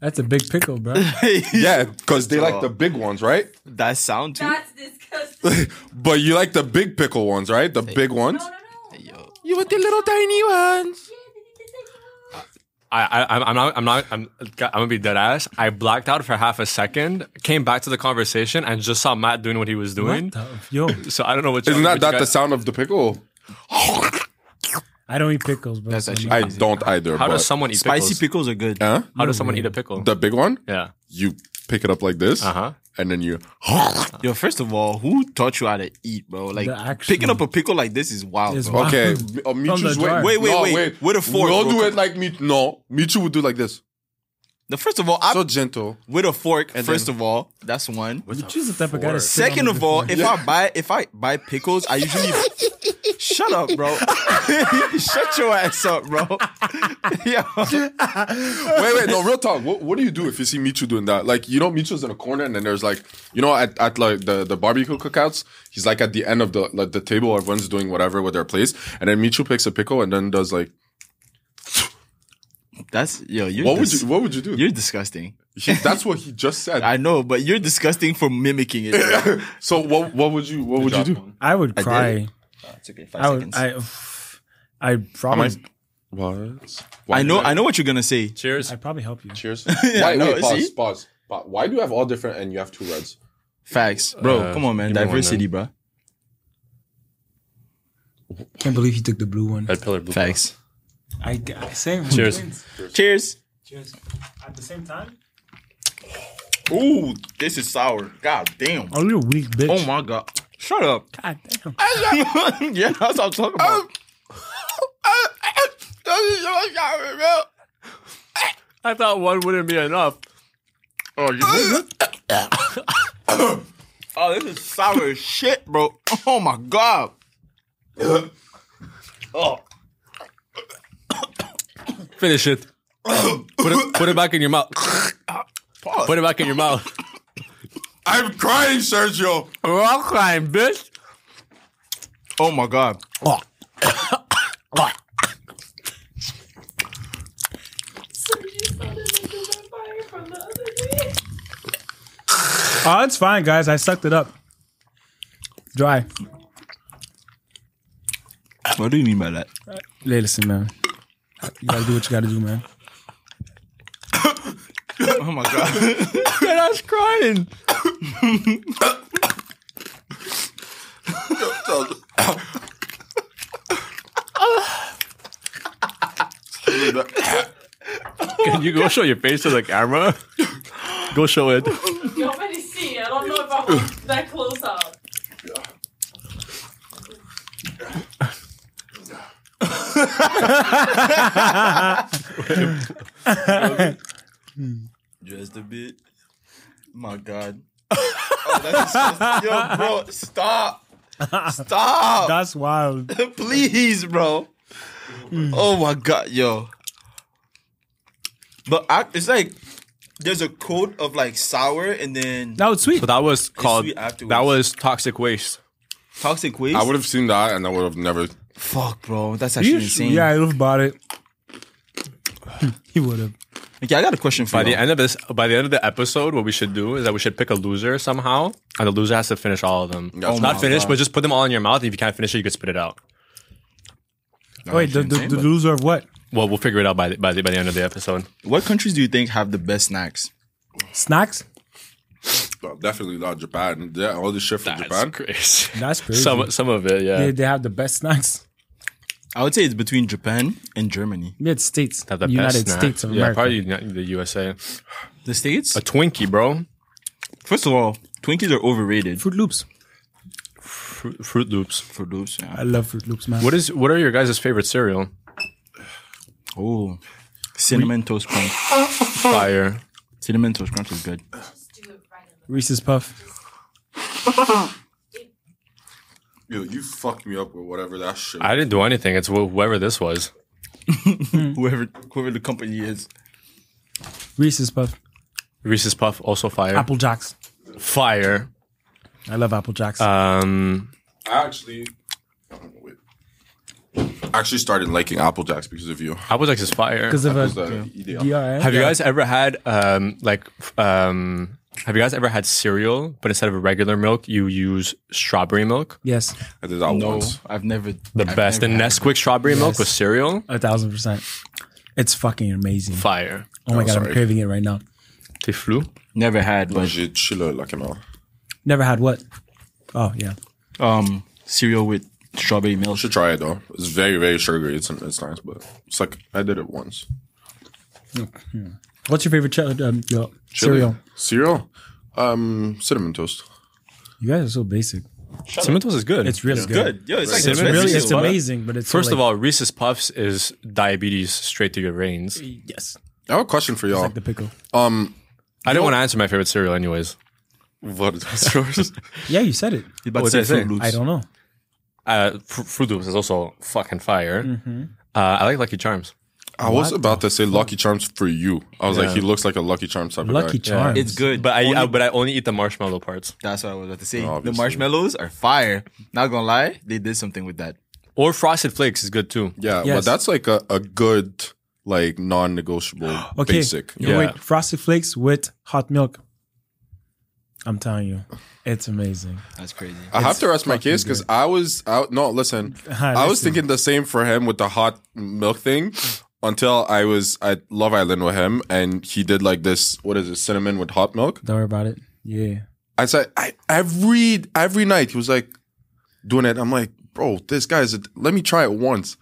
Speaker 3: That's a big pickle, bro.
Speaker 5: Yeah, because they like the big ones, right?
Speaker 1: that sound too?
Speaker 6: That's disgusting.
Speaker 5: But you like the big pickle ones, right? The big ones.
Speaker 6: No, no, no.
Speaker 1: Yo.
Speaker 5: You want the little tiny ones.
Speaker 1: Uh,
Speaker 4: I, I I'm- I'm not I'm not I'm I'm gonna be dead ass. I blacked out for half a second, came back to the conversation, and just saw Matt doing what he was doing.
Speaker 3: What the- Yo,
Speaker 4: So I don't know what.
Speaker 5: Isn't
Speaker 4: what
Speaker 5: that, that
Speaker 4: guys-
Speaker 5: the sound of the pickle?
Speaker 3: I don't eat pickles, bro.
Speaker 1: That's
Speaker 3: so
Speaker 1: actually-
Speaker 3: no.
Speaker 5: I don't either.
Speaker 4: How
Speaker 5: but
Speaker 4: does someone eat
Speaker 1: Spicy
Speaker 4: pickles?
Speaker 1: pickles are good.
Speaker 5: Huh?
Speaker 4: How does someone eat a pickle?
Speaker 5: The big one?
Speaker 4: yeah.
Speaker 5: You pick it up like this,
Speaker 4: Uh-huh.
Speaker 5: and then you. Oh,
Speaker 1: Yo, first of all, who taught you how to eat, bro? Like
Speaker 3: The actual-
Speaker 1: picking up a pickle like this is wild,
Speaker 3: It's
Speaker 1: bro.
Speaker 3: wild.
Speaker 5: Okay, uh,
Speaker 3: the
Speaker 5: Michu's
Speaker 3: jar.
Speaker 5: way.
Speaker 1: Wait, wait, wait. With a fork,
Speaker 5: We'll
Speaker 1: bro.
Speaker 5: do it like me. No, Michu would do like this.
Speaker 1: The first of all, I,
Speaker 5: So gentle.
Speaker 1: with a fork.
Speaker 5: And
Speaker 1: First
Speaker 5: then-
Speaker 1: of all, that's one.
Speaker 3: She's the type of guy. to sit on
Speaker 1: Second
Speaker 3: the
Speaker 1: of all,
Speaker 3: before.
Speaker 1: if I buy if I buy pickles, I usually shut up, bro. shut your ass up, bro. Yo,
Speaker 5: Wait, wait, no, real talk. What, what do you do if you see Michu doing that? Like, you know, Michu's in a corner, and then there's like, you know, at, at like the, the barbecue cookouts, he's like at the end of the like the table, everyone's doing whatever with their plates, and then Michu picks a pickle and then does like,
Speaker 1: that's yo. You're
Speaker 5: what would
Speaker 1: dis-
Speaker 5: you, what would you do?
Speaker 1: You're disgusting.
Speaker 5: He- that's what he just said.
Speaker 1: I know, but you're disgusting for mimicking it. bro.
Speaker 5: So what what would you what would you do?
Speaker 3: I would cry.
Speaker 1: it's okay. Five
Speaker 3: I would.
Speaker 1: seconds.
Speaker 3: I. I probably.
Speaker 5: Am What?
Speaker 1: I know. I know what you're gonna say.
Speaker 4: Cheers.
Speaker 3: I probably help you.
Speaker 5: Cheers.
Speaker 1: I
Speaker 5: why,
Speaker 1: know,
Speaker 5: wait, pause,
Speaker 1: see?
Speaker 5: pause, pause. Why do you have all different and you have two reds?
Speaker 1: Facts, bro.
Speaker 4: Uh,
Speaker 1: come on, man.
Speaker 4: give me one,
Speaker 1: Diversity, bro.
Speaker 3: Can't believe he took the blue one.
Speaker 4: Red pillar blue.
Speaker 1: Facts.
Speaker 3: I, I same.
Speaker 4: Cheers.
Speaker 1: Cheers.
Speaker 3: Cheers. At the same time.
Speaker 1: Ooh, this is sour. God damn.
Speaker 3: Oh, you weak bitch.
Speaker 1: Oh my god. Shut up.
Speaker 3: God damn.
Speaker 1: yeah, that's what I'm talking about.
Speaker 4: I thought one wouldn't be enough.
Speaker 1: Oh, you Oh, this is sour as shit, bro. Oh my god.
Speaker 4: Finish it. put it. Put it back in your mouth. Put it back in your mouth.
Speaker 5: I'm crying, Sergio.
Speaker 4: We're all crying, bitch.
Speaker 1: Oh my god.
Speaker 6: You sounded like the vampire from the other day.
Speaker 3: Oh, it's fine, guys. I sucked it up. Dry.
Speaker 1: What do you mean by that?
Speaker 3: Hey, listen, man. You gotta do what you gotta do, man.
Speaker 1: Oh my god.
Speaker 4: And I was crying. Can you go show your face to the camera? go show it.
Speaker 6: You already see. I don't know if I want that close up.
Speaker 1: Just a bit. My god. Oh, that's disgusting. Yo, bro, stop. Stop.
Speaker 3: That's wild.
Speaker 1: Please, bro. Oh my god, yo. But I, it's like there's a coat of like sour and then
Speaker 3: That was sweet.
Speaker 4: So that was called
Speaker 1: sweet
Speaker 4: that
Speaker 1: afterwards.
Speaker 4: was toxic waste.
Speaker 1: toxic waste.
Speaker 5: I would have seen that and I would have never.
Speaker 1: Fuck, bro. That's
Speaker 3: You
Speaker 1: actually
Speaker 3: sh-
Speaker 1: insane.
Speaker 3: yeah, I would have bought it. he would have.
Speaker 1: Okay, I got a question for
Speaker 4: By the
Speaker 1: you.
Speaker 4: end of this, by the end of the episode, what we should do is that we should pick a loser somehow, and the loser has to finish all of them.
Speaker 5: Oh
Speaker 4: Not finish, but just put them all in your mouth. If you can't finish it, you can spit it out.
Speaker 3: Wait, the, the, the loser of what?
Speaker 4: Well, we'll figure it out by the, by the by the end of the episode.
Speaker 1: What countries do you think have the best snacks?
Speaker 3: Snacks?
Speaker 5: Well, definitely not Japan. Yeah, all this shit from Japan.
Speaker 4: crazy.
Speaker 3: That's crazy.
Speaker 4: Some some of it, yeah.
Speaker 3: they, they have the best snacks.
Speaker 1: I would say it's between Japan and Germany.
Speaker 3: United States.
Speaker 4: Have the best
Speaker 3: United
Speaker 4: snack.
Speaker 3: States of
Speaker 4: yeah,
Speaker 3: America.
Speaker 4: probably not the USA.
Speaker 1: The States?
Speaker 4: A Twinkie, bro.
Speaker 1: First of all, Twinkies are overrated.
Speaker 3: Fruit Loops.
Speaker 4: Fruit, Fruit Loops.
Speaker 1: For those,
Speaker 3: I
Speaker 1: yeah.
Speaker 3: love Fruit Loops, man.
Speaker 4: What is what are your guys' favorite cereal?
Speaker 1: Oh. Cinnamon Toast Crunch.
Speaker 4: Fire.
Speaker 1: Cinnamon Toast Crunch is good.
Speaker 6: Do it right in
Speaker 3: Reese's Puff.
Speaker 5: Yo, you fucked me up with whatever that shit.
Speaker 4: I didn't do anything. It's wh- whoever this was.
Speaker 1: Whoever whoever the company is.
Speaker 3: Reese's Puff.
Speaker 4: Reese's Puff also fire.
Speaker 3: Apple Jacks.
Speaker 4: Fire.
Speaker 3: I love Apple Jacks.
Speaker 4: Um,
Speaker 5: I actually. I don't know, wait. I actually started liking Apple Jacks because of you.
Speaker 4: Apple Jacks is fire.
Speaker 3: because of
Speaker 5: Because
Speaker 3: a
Speaker 5: the EDL.
Speaker 1: uh,
Speaker 3: DRM.
Speaker 4: Have you guys ever had um like f- um have you guys ever had cereal but instead of regular milk you use strawberry milk?
Speaker 3: Yes,
Speaker 5: I did that
Speaker 1: No,
Speaker 5: once.
Speaker 1: I've never
Speaker 4: The best. The Nesquik strawberry milk with cereal.
Speaker 3: a thousand percent. It's fucking amazing.
Speaker 4: Fire.
Speaker 3: Oh my god, I'm
Speaker 5: sorry.
Speaker 3: craving it right now.
Speaker 4: T'es flou?
Speaker 1: never had but
Speaker 5: J'ai chillé like an hour.
Speaker 3: Never had what? Oh yeah,
Speaker 1: um cereal with strawberry milk.
Speaker 5: Should try it though. It's very, very sugary. It's, it's nice, but it's like I did it once.
Speaker 3: what's your favorite ch- um, yo, cereal?
Speaker 5: Cereal? Um, cinnamon toast.
Speaker 3: You guys are so basic.
Speaker 4: Cinnamon toast is good.
Speaker 3: It's really good.
Speaker 1: Good. Yo, it's like
Speaker 3: It's
Speaker 1: expensive
Speaker 3: really,
Speaker 1: as
Speaker 3: it's
Speaker 1: fuck.
Speaker 3: amazing, but it's so,
Speaker 4: First of
Speaker 3: like-
Speaker 4: all, Reese's Puffs is diabetes straight to your veins.
Speaker 3: yes,
Speaker 5: I have a question for y'all.
Speaker 3: like the pickle.
Speaker 5: um,
Speaker 4: I don't want to answer my favorite cereal, anyways.
Speaker 5: what is yours?
Speaker 3: Yeah, you said it.
Speaker 1: You about
Speaker 4: What
Speaker 1: to
Speaker 4: did
Speaker 1: say
Speaker 4: I
Speaker 1: Fruit
Speaker 4: say?
Speaker 1: Loops.
Speaker 3: I don't know.
Speaker 4: Uh, Fr- Fruit Loops is also fucking fire. Uh, I like Lucky Charms.
Speaker 5: I was about to say Lucky Charms for you. I was like, he looks like a Lucky Charms type
Speaker 3: Lucky
Speaker 5: of guy.
Speaker 3: Charms.
Speaker 1: It's good,
Speaker 4: But I,
Speaker 1: Only-
Speaker 4: I but I only eat the marshmallow parts
Speaker 1: that's what I was about to say.
Speaker 5: Obviously.
Speaker 1: The marshmallows are fire. Not gonna lie, they did something with that.
Speaker 4: or Frosted Flakes is good too.
Speaker 5: Yeah,
Speaker 3: Yes.
Speaker 5: but that's like a, a good, like non-negotiable
Speaker 3: Okay,
Speaker 5: basic.
Speaker 3: You wait,
Speaker 4: Yeah.
Speaker 3: frosted flakes with hot milk. I'm telling you, it's amazing.
Speaker 1: That's crazy.
Speaker 5: I have to rest my
Speaker 3: fucking
Speaker 5: case because I was out. No, listen, I was
Speaker 3: Listen.
Speaker 5: thinking the same for him with the hot milk thing
Speaker 3: Mm.
Speaker 5: until I was at Love Island with him and he did like this. What is it? Cinnamon with hot milk.
Speaker 3: Don't worry about it. Yeah,
Speaker 5: I said I, every every night he was like doing it. I'm like, bro, this guy's. A, let me try it once.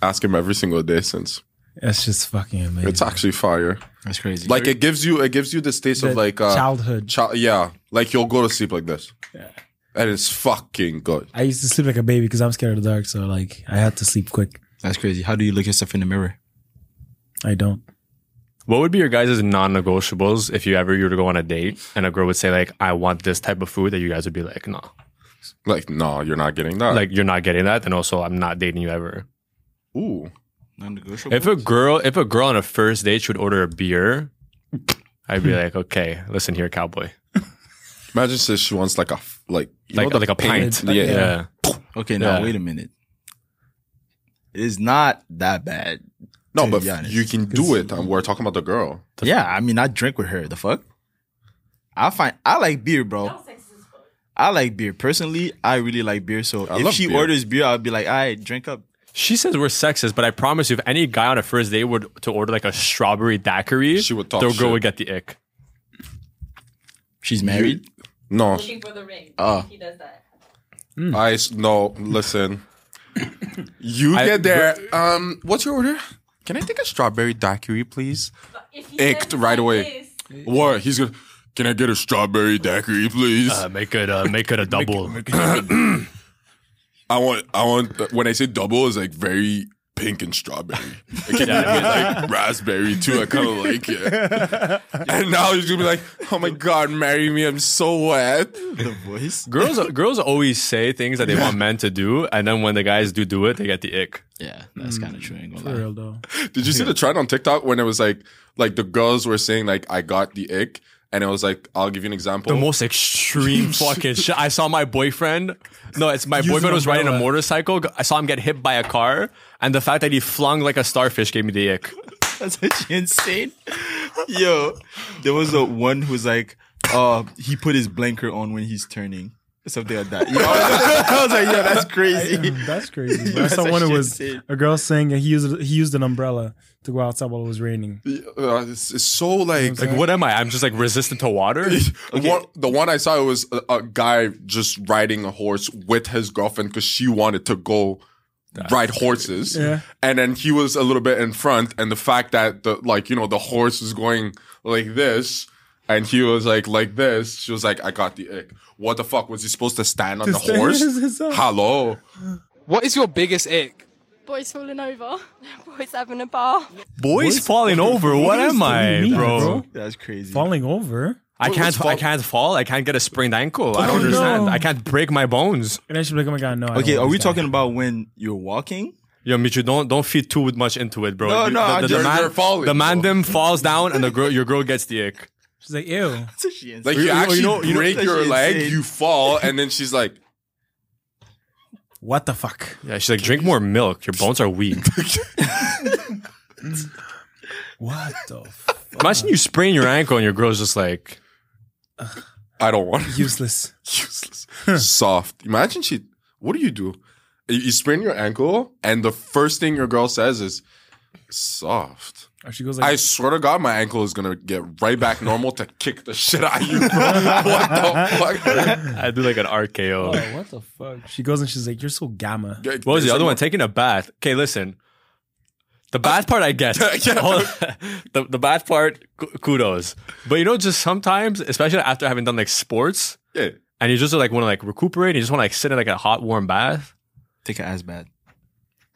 Speaker 5: Ask him every single day since
Speaker 4: Mm-hmm.
Speaker 3: it's just fucking amazing.
Speaker 5: it's actually fire.
Speaker 1: That's crazy.
Speaker 5: Like it gives you it gives you this taste
Speaker 3: The
Speaker 5: of like uh,
Speaker 3: childhood.
Speaker 5: Chi- yeah, like you'll go to sleep like this. Yeah. And it's fucking good.
Speaker 3: I used to sleep like a baby because I'm scared of the dark. So like I had to sleep quick.
Speaker 1: that's crazy. How do you look yourself in the mirror?
Speaker 3: I don't.
Speaker 4: What would be your guys' non-negotiables if you ever you were to go on a date and a girl would say like, "I want this type of food," that you guys would be like, "No,
Speaker 5: Like, no, you're not getting that.
Speaker 4: like you're not getting that," and also I'm not dating you ever.
Speaker 5: ooh.
Speaker 1: Non-negotiable.
Speaker 4: If a girl, if a girl on a first date should order a beer, I'd be like, "Okay, listen here, cowboy."
Speaker 5: Imagine says she wants like a f- like you
Speaker 4: Like-
Speaker 5: know the
Speaker 4: like a
Speaker 5: paint.
Speaker 4: pint.
Speaker 5: Yeah.
Speaker 3: Yeah.
Speaker 4: yeah.
Speaker 1: okay, now
Speaker 4: Yeah.
Speaker 1: wait a minute. It is not that bad.
Speaker 5: No,
Speaker 1: To
Speaker 5: but
Speaker 1: be honest,
Speaker 5: you can do it. And we're talking about the girl.
Speaker 1: yeah, I mean, I drink with her. The fuck. I find I like beer, bro.
Speaker 6: sexist fuck.
Speaker 1: I like beer personally. I really like beer. So
Speaker 5: I
Speaker 1: if
Speaker 5: love
Speaker 1: she
Speaker 5: beer.
Speaker 1: orders beer, I'll be like, "All right, drink up."
Speaker 4: She says we're sexist, but I promise you, if any guy on a first date would to order like a strawberry daiquiri,
Speaker 5: She would talk
Speaker 4: the girl
Speaker 5: shit.
Speaker 4: would get the ick.
Speaker 1: She's married.
Speaker 5: No,
Speaker 6: Looking for the ring.
Speaker 1: Ah.
Speaker 6: he does that.
Speaker 5: I s- no. Listen, you
Speaker 4: I-
Speaker 5: get there. Um, what's your order? Can I take a strawberry daiquiri, please?
Speaker 6: But if he
Speaker 5: Icked
Speaker 6: says
Speaker 5: right
Speaker 6: like
Speaker 5: away.
Speaker 6: this,
Speaker 5: What? He's gonna. Can I get a strawberry daiquiri, please?
Speaker 4: Uh, make it, uh, make it a double.
Speaker 5: I want. I want. When I say double, is like very pink and strawberry. It can even be like raspberry too. I kind of like it. And now he's gonna be like, oh my god, marry me. I'm so wet.
Speaker 1: The voice.
Speaker 4: girls, uh, girls always say things that they want men to do, and then when the guys do do it, they get the ick.
Speaker 8: Yeah, that's kind of true. ain't gonna
Speaker 3: For
Speaker 8: lie.
Speaker 3: real though.
Speaker 5: Did you see the trend on TikTok when it was like, like the girls were saying like, I got the ick, and it was like, I'll give you an example.
Speaker 4: The most extreme fucking shit. I saw my boyfriend. No, it's my boyfriend was riding a
Speaker 3: umbrella.
Speaker 4: motorcycle. I saw him get hit by a car, and the fact that he flung like a starfish gave me the ick.
Speaker 1: That's actually insane. Yo, there was a one who's like, uh, he put his blanker on when he's turning. Something like that. Yo, I was like, yo, that's crazy.
Speaker 3: Damn, that's crazy.
Speaker 1: Yeah,
Speaker 3: I saw
Speaker 1: that's
Speaker 3: one. It
Speaker 1: actually
Speaker 3: was
Speaker 1: insane.
Speaker 3: a girl saying that he used he used an umbrella to go outside while it was raining.
Speaker 5: Uh, it's, it's so like,
Speaker 4: Like, what am I? I'm just like resistant to water.
Speaker 5: One, the one I saw was a, a guy just riding a horse with his girlfriend because she wanted to go ride horses,
Speaker 3: Yeah.
Speaker 5: and then he was a little bit in front, and the fact that the like you know the horse was going like this. And he was like, like this. She was like, I got the ick. What the fuck? Was he supposed to stand on
Speaker 3: To
Speaker 5: the
Speaker 3: stand
Speaker 5: horse?
Speaker 3: his- his up.
Speaker 5: Hello.
Speaker 9: What is your biggest ick?
Speaker 10: Boys falling over. Boys having a bath.
Speaker 4: Boys, falling over. What am I,
Speaker 3: mean,
Speaker 4: bro?
Speaker 3: bro?
Speaker 1: That's crazy.
Speaker 3: Falling over,
Speaker 4: I can't.
Speaker 5: fall-
Speaker 4: I can't fall. I can't get a sprained ankle. I don't
Speaker 3: Oh,
Speaker 4: understand.
Speaker 3: no.
Speaker 4: I can't break my bones.
Speaker 3: and then she's like, "Oh my god, no." I don't
Speaker 1: Okay, are
Speaker 3: want
Speaker 1: we
Speaker 3: that."
Speaker 1: talking about when you're walking?
Speaker 4: Yo, Michu, don't don't feed too much into it, bro.
Speaker 1: No,
Speaker 4: You-
Speaker 1: no,
Speaker 4: the,
Speaker 1: I
Speaker 4: the,
Speaker 1: just-
Speaker 4: the man,
Speaker 5: they're falling,
Speaker 4: the man
Speaker 5: bro.
Speaker 4: them falls down, and the girl, your girl gets the ick.
Speaker 3: She's like, "Ew."
Speaker 1: That's actually insane.
Speaker 5: Like you,
Speaker 4: you
Speaker 5: actually
Speaker 4: know- you know-
Speaker 5: break
Speaker 1: that
Speaker 5: your
Speaker 1: shit's
Speaker 5: leg,
Speaker 1: insane.
Speaker 5: you fall, and then she's like,
Speaker 3: What the fuck?
Speaker 4: Yeah, she's like, drink more milk. Your bones are weak.
Speaker 3: What the f-
Speaker 4: Imagine you sprain your ankle, and your girl's just like,
Speaker 5: I don't want
Speaker 3: useless?
Speaker 5: useless. Soft. Imagine she. What do you do? You, you sprain your ankle, and the first thing your girl says is soft.
Speaker 3: Or she goes
Speaker 5: I
Speaker 3: like,
Speaker 5: swear to God, my ankle is gonna get right back normal to kick the shit out of you, bro. what the
Speaker 4: I do like an RKO.
Speaker 3: "Oh, "What the fuck?" She goes and she's like, "You're so gamma."
Speaker 5: fuck?
Speaker 4: What was the other one? Taking a bath. Okay, listen. The bad part, I guess. Hold- the the bad part, k- kudos. But you know, just sometimes, especially after having done like sports,
Speaker 5: Yeah.
Speaker 4: and you just like want to like recuperate, you just want to like sit in like a hot warm bath,
Speaker 1: Take an ass bath.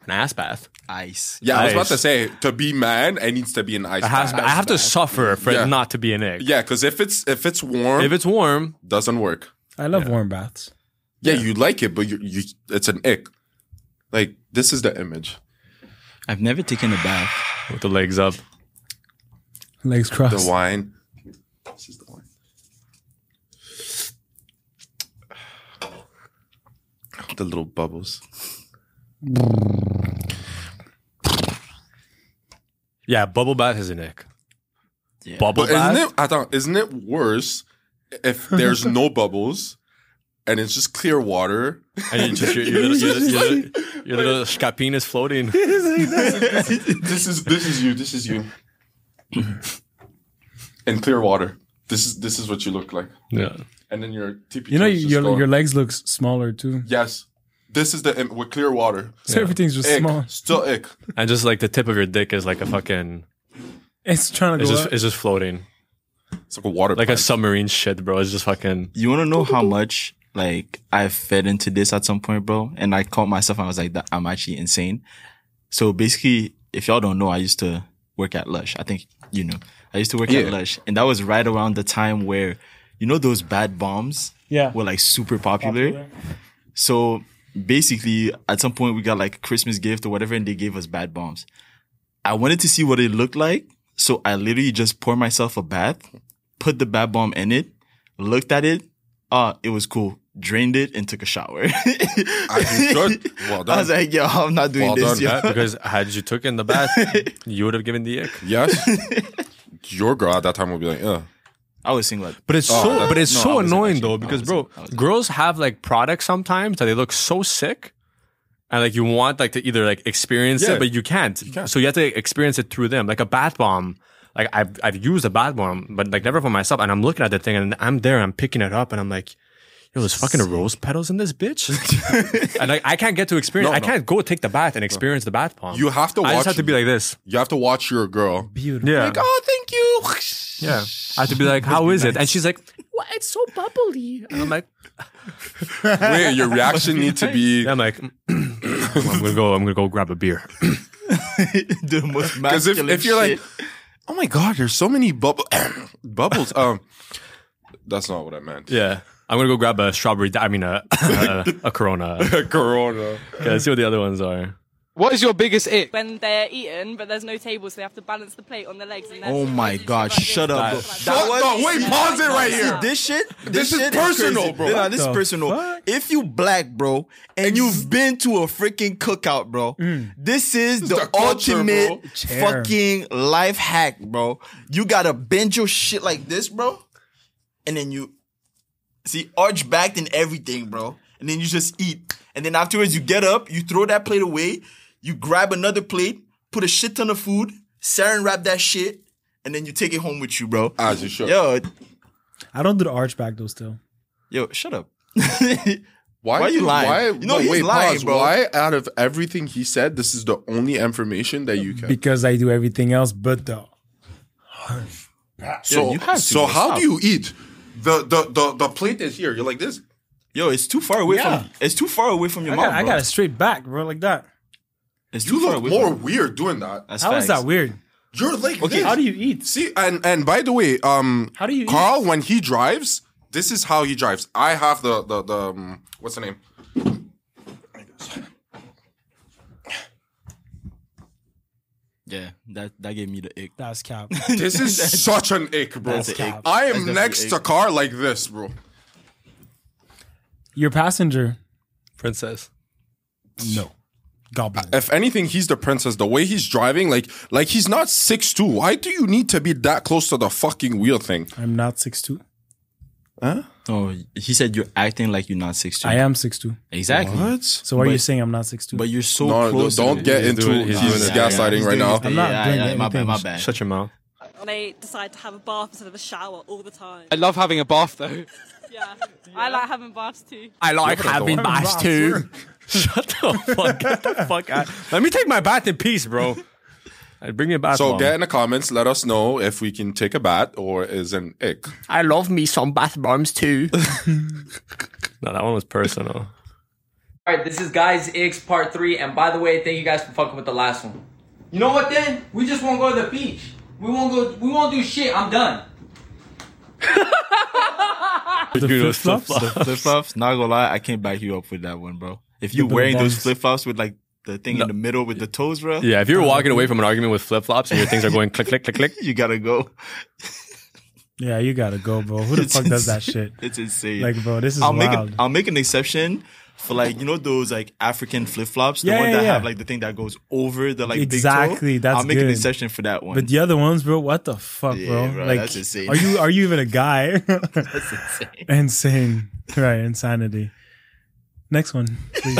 Speaker 4: an ass bath.
Speaker 1: Ice.
Speaker 5: Yeah, I was about
Speaker 4: Ice.
Speaker 5: to say to be man, it needs to be an ice.
Speaker 4: I have,
Speaker 5: bath.
Speaker 4: I have to suffer for
Speaker 5: Yeah.
Speaker 4: it not to be an egg.
Speaker 5: Yeah, because if it's if it's warm,
Speaker 4: If it's warm,
Speaker 5: doesn't work.
Speaker 3: I love warm baths.
Speaker 5: Yeah, you like it, but you, you it's an ick. Like this is the image.
Speaker 1: I've never taken a bath.
Speaker 4: with the legs up.
Speaker 3: Legs
Speaker 5: The
Speaker 3: crossed.
Speaker 5: wine. This is the wine. The little bubbles.
Speaker 4: Yeah, bubble bath is an ick.
Speaker 1: Yeah.
Speaker 4: Bubble
Speaker 5: But isn't
Speaker 4: bath?
Speaker 5: it? I thought. Isn't it worse if there's no bubbles and it's just clear water?
Speaker 4: And you just, your, your little, your, little- your little scapine is floating.
Speaker 5: This is this is you. This is you. and clear water. This is this is what you look like.
Speaker 4: Yeah.
Speaker 5: And then your TP.
Speaker 3: You know,
Speaker 5: toes just
Speaker 3: your
Speaker 5: go-
Speaker 3: your legs look smaller too.
Speaker 5: yes. This is the im- with clear water.
Speaker 3: So everything's just
Speaker 5: Ick.
Speaker 3: small.
Speaker 5: Still ick.
Speaker 4: And just like the tip of your dick is like a fucking,
Speaker 3: It's trying to
Speaker 4: it's
Speaker 3: go.
Speaker 4: just,
Speaker 3: up.
Speaker 4: it's just floating.
Speaker 5: It's like a water.
Speaker 4: Like a
Speaker 5: plant.
Speaker 4: submarine shit, bro. It's just fucking.
Speaker 1: You want to know how much like I fed into this at some point, bro? And I caught myself. I was like, that I'm actually insane. So basically, if y'all don't know, I used to work at Lush. I think you know. I used to work
Speaker 5: Yeah.
Speaker 1: at Lush, and that was right around the time where you know those bad bombs
Speaker 3: yeah.
Speaker 1: were like super popular. So basically, at some point, we got like a Christmas gift or whatever, and they gave us bad bombs. I wanted to see what it looked like, so I literally just poured myself a bath, put the bad bomb in it, looked at it. Uh, it was cool. Drained it and took a shower.
Speaker 5: I do good. Well
Speaker 1: I was
Speaker 5: done.
Speaker 1: like, yo, I'm not doing
Speaker 5: Well
Speaker 1: this.
Speaker 5: done,
Speaker 1: yo.
Speaker 4: Yeah, because had you took in the bath, you would have given the ick.
Speaker 5: yes. Your girl at that time would be like, yeah.
Speaker 1: I was single. at-
Speaker 4: But it's
Speaker 5: Oh,
Speaker 4: so, but it's
Speaker 1: no, I
Speaker 4: so
Speaker 1: wasn't
Speaker 4: annoying
Speaker 1: actually.
Speaker 4: though,
Speaker 1: I
Speaker 4: because
Speaker 1: wasn't.
Speaker 4: bro,
Speaker 1: I wasn't.
Speaker 4: girls have like products sometimes that they look so sick, and like you want like to either like experience
Speaker 5: Yeah.
Speaker 4: it, but you can't. So you have to experience it through them, like a bath bomb. Like I've I've used a bath bomb, but like never for myself. And I'm looking at the thing, and I'm there, and I'm picking it up, and I'm like. Yo, there's fucking rose petals in this bitch, and like I can't get to experience.
Speaker 5: No,
Speaker 4: I
Speaker 5: no.
Speaker 4: can't go take the bath and experience the bath bomb.
Speaker 5: You have to
Speaker 4: I
Speaker 5: watch-
Speaker 4: just have to be like this.
Speaker 5: You have to watch your girl.
Speaker 3: Beautiful.
Speaker 4: Yeah.
Speaker 5: Oh, thank you.
Speaker 4: Yeah. I have to be like, how is it? And she's like, what? It's so bubbly. And I'm like,
Speaker 5: Wait, your reaction need to
Speaker 4: "Mm,
Speaker 5: be
Speaker 4: Yeah, I'm like, I'm gonna go. I'm gonna go grab a beer.
Speaker 1: do the most
Speaker 5: Because if,
Speaker 1: masculine
Speaker 5: if you're
Speaker 1: shit.
Speaker 5: like, oh my god, there's so many bubble bubbles. Um, that's not what I meant.
Speaker 4: Yeah. I'm gonna go grab a strawberry. Di- I mean, a a, a Corona.
Speaker 5: Corona.
Speaker 4: Okay, let's see what the other ones are.
Speaker 9: What is your biggest ick?
Speaker 10: When they're eaten, but there's no table, so they have to balance the plate on their legs. And
Speaker 1: Oh my god, shut up. bro.
Speaker 5: That
Speaker 1: was-
Speaker 5: no, wait, pause it right here.
Speaker 1: This shit, this,
Speaker 5: This is
Speaker 1: shit
Speaker 5: personal,
Speaker 1: crazy.
Speaker 5: bro.
Speaker 1: Nah, this is
Speaker 3: the
Speaker 1: personal.
Speaker 3: fuck?
Speaker 1: If you black, bro, and you've been to a freaking cookout, bro, this is the,
Speaker 5: the culture,
Speaker 1: ultimate
Speaker 5: bro.
Speaker 3: Mm. Chair.
Speaker 1: fucking life hack, bro. You gotta bend your shit like this, bro, and then you see arch backed and everything, bro, and then you just eat, and then afterwards you get up, you throw that plate away, you grab another plate, put a shit ton of food, saran wrap that shit, and then you take it home with you, bro.
Speaker 5: As you should.
Speaker 1: Yo,
Speaker 3: I don't do the arch back though. Still,
Speaker 1: Yo, shut up.
Speaker 5: Why,
Speaker 1: Why you lying?
Speaker 5: Why,
Speaker 1: You know
Speaker 5: no,
Speaker 1: he's
Speaker 5: wait,
Speaker 1: lying,
Speaker 5: pause.
Speaker 1: bro.
Speaker 5: Why out of everything he said, this is the only information that you can.
Speaker 3: because I do everything else but the
Speaker 5: so
Speaker 1: you have to,
Speaker 5: so
Speaker 1: bro.
Speaker 5: how
Speaker 1: Stop.
Speaker 5: do you eat? The, the the the plate is here. You're like this.
Speaker 1: Yo, it's too far away
Speaker 3: Yeah.
Speaker 1: from it's too far away from your
Speaker 3: I
Speaker 1: mouth.
Speaker 3: got, I
Speaker 1: bro.
Speaker 3: got a straight back, bro, like that.
Speaker 1: it's too
Speaker 5: You
Speaker 1: far
Speaker 5: look
Speaker 1: away.
Speaker 5: more
Speaker 1: From,
Speaker 5: weird doing that.
Speaker 1: that's
Speaker 3: How is
Speaker 1: facts.
Speaker 3: that weird?
Speaker 5: You're like
Speaker 3: Okay,
Speaker 5: this.
Speaker 3: how do you eat?
Speaker 5: See, and and by the way, um,
Speaker 3: How do you
Speaker 5: Carl when he drives? This is how he drives. I have the the the um, what's the name?
Speaker 1: Yeah, that that gave me the ick.
Speaker 3: That's cap.
Speaker 5: This is such an ick, bro.
Speaker 1: That's an ick.
Speaker 5: I
Speaker 1: That's
Speaker 5: am
Speaker 1: definitely
Speaker 5: next to
Speaker 1: ick.
Speaker 5: Carl like this, bro.
Speaker 3: Your passenger?
Speaker 4: Princess.
Speaker 3: No, goblin.
Speaker 5: If anything, he's the princess. The way he's driving, like like he's not six two. Why do you need to be that close to the fucking wheel thing?
Speaker 3: I'm not six two.
Speaker 1: Oh, he said you're acting like you're not six two.
Speaker 3: I am six two.
Speaker 1: exactly.
Speaker 3: So are you
Speaker 1: But-
Speaker 3: saying I'm not six two?
Speaker 1: But you're so
Speaker 5: No,
Speaker 1: close.
Speaker 5: don't get
Speaker 1: in.
Speaker 5: into
Speaker 4: doing- he's
Speaker 5: he's,
Speaker 4: doing it.
Speaker 5: gaslighting right now.
Speaker 3: I'm not
Speaker 1: yeah,
Speaker 3: doing
Speaker 1: yeah, my bad,
Speaker 3: anything.
Speaker 1: my bad.
Speaker 4: Shut your mouth.
Speaker 10: They decide to have a bath instead of a shower all the time.
Speaker 9: I love having a bath though.
Speaker 10: Yeah, I like having baths too.
Speaker 4: I like having baths too. Shut the fuck. Get the fuck out. Let me take my bath in peace, bro. Uh, Bring me a bath.
Speaker 5: So
Speaker 4: bomb.
Speaker 5: get in the comments. Let us know if we can take a bat or is an ick.
Speaker 4: I love me some bath bombs too. no, that one was personal.
Speaker 8: All right, this is Guys X Part 3. And by the way, thank you guys for fucking with the last one. You know what then? We just won't go to the beach. We won't go, we won't do shit. I'm done.
Speaker 3: The
Speaker 4: Dude, it was
Speaker 3: flip-flops?
Speaker 4: so fu-
Speaker 1: flip flops. Not gonna lie, I can't back you up with that one, bro. If you're
Speaker 3: The blue
Speaker 1: wearing those
Speaker 3: bars.
Speaker 1: flip flops with like the thing in the middle with the toes, bro,
Speaker 4: Yeah, if you're walking away from an argument with flip flops and your things are going click, click, click, click,
Speaker 1: you gotta go.
Speaker 3: Yeah, you gotta go, bro. Who the
Speaker 1: It's
Speaker 3: fuck does that
Speaker 1: insane.
Speaker 3: shit?
Speaker 1: It's insane.
Speaker 3: Like, bro, this is
Speaker 1: I'll make
Speaker 3: wild.
Speaker 1: an, I'll make an exception for like you know those like African flip flops, the
Speaker 3: Yeah,
Speaker 1: one
Speaker 3: yeah,
Speaker 1: that
Speaker 3: yeah.
Speaker 1: have like the thing that goes over the like
Speaker 3: Exactly,
Speaker 1: Big toe.
Speaker 3: that's
Speaker 1: I'll make an
Speaker 3: good.
Speaker 1: exception for that one.
Speaker 3: But the other ones, bro, what the fuck,
Speaker 1: Yeah,
Speaker 3: bro?
Speaker 1: bro,
Speaker 3: Like,
Speaker 1: that's insane.
Speaker 3: are you are you even a guy?
Speaker 1: That's insane.
Speaker 3: insane, right? Insanity. Next one, please.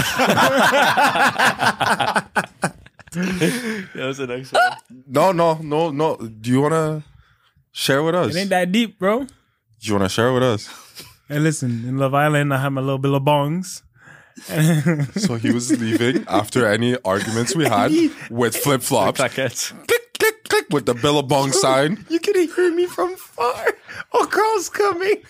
Speaker 4: That was the next one.
Speaker 5: No, no, no, no. Do you wanna share with us?
Speaker 3: it ain't that deep, bro.
Speaker 5: Do you wanna share with us?
Speaker 3: Hey, listen, in Love Island, I have my little bit of bongs.
Speaker 5: So he was leaving after any arguments we had with flip flops.
Speaker 4: Claquettes.
Speaker 5: Click, click, click with the Billabong sign.
Speaker 3: You can hear me from far. Oh, Carl's coming.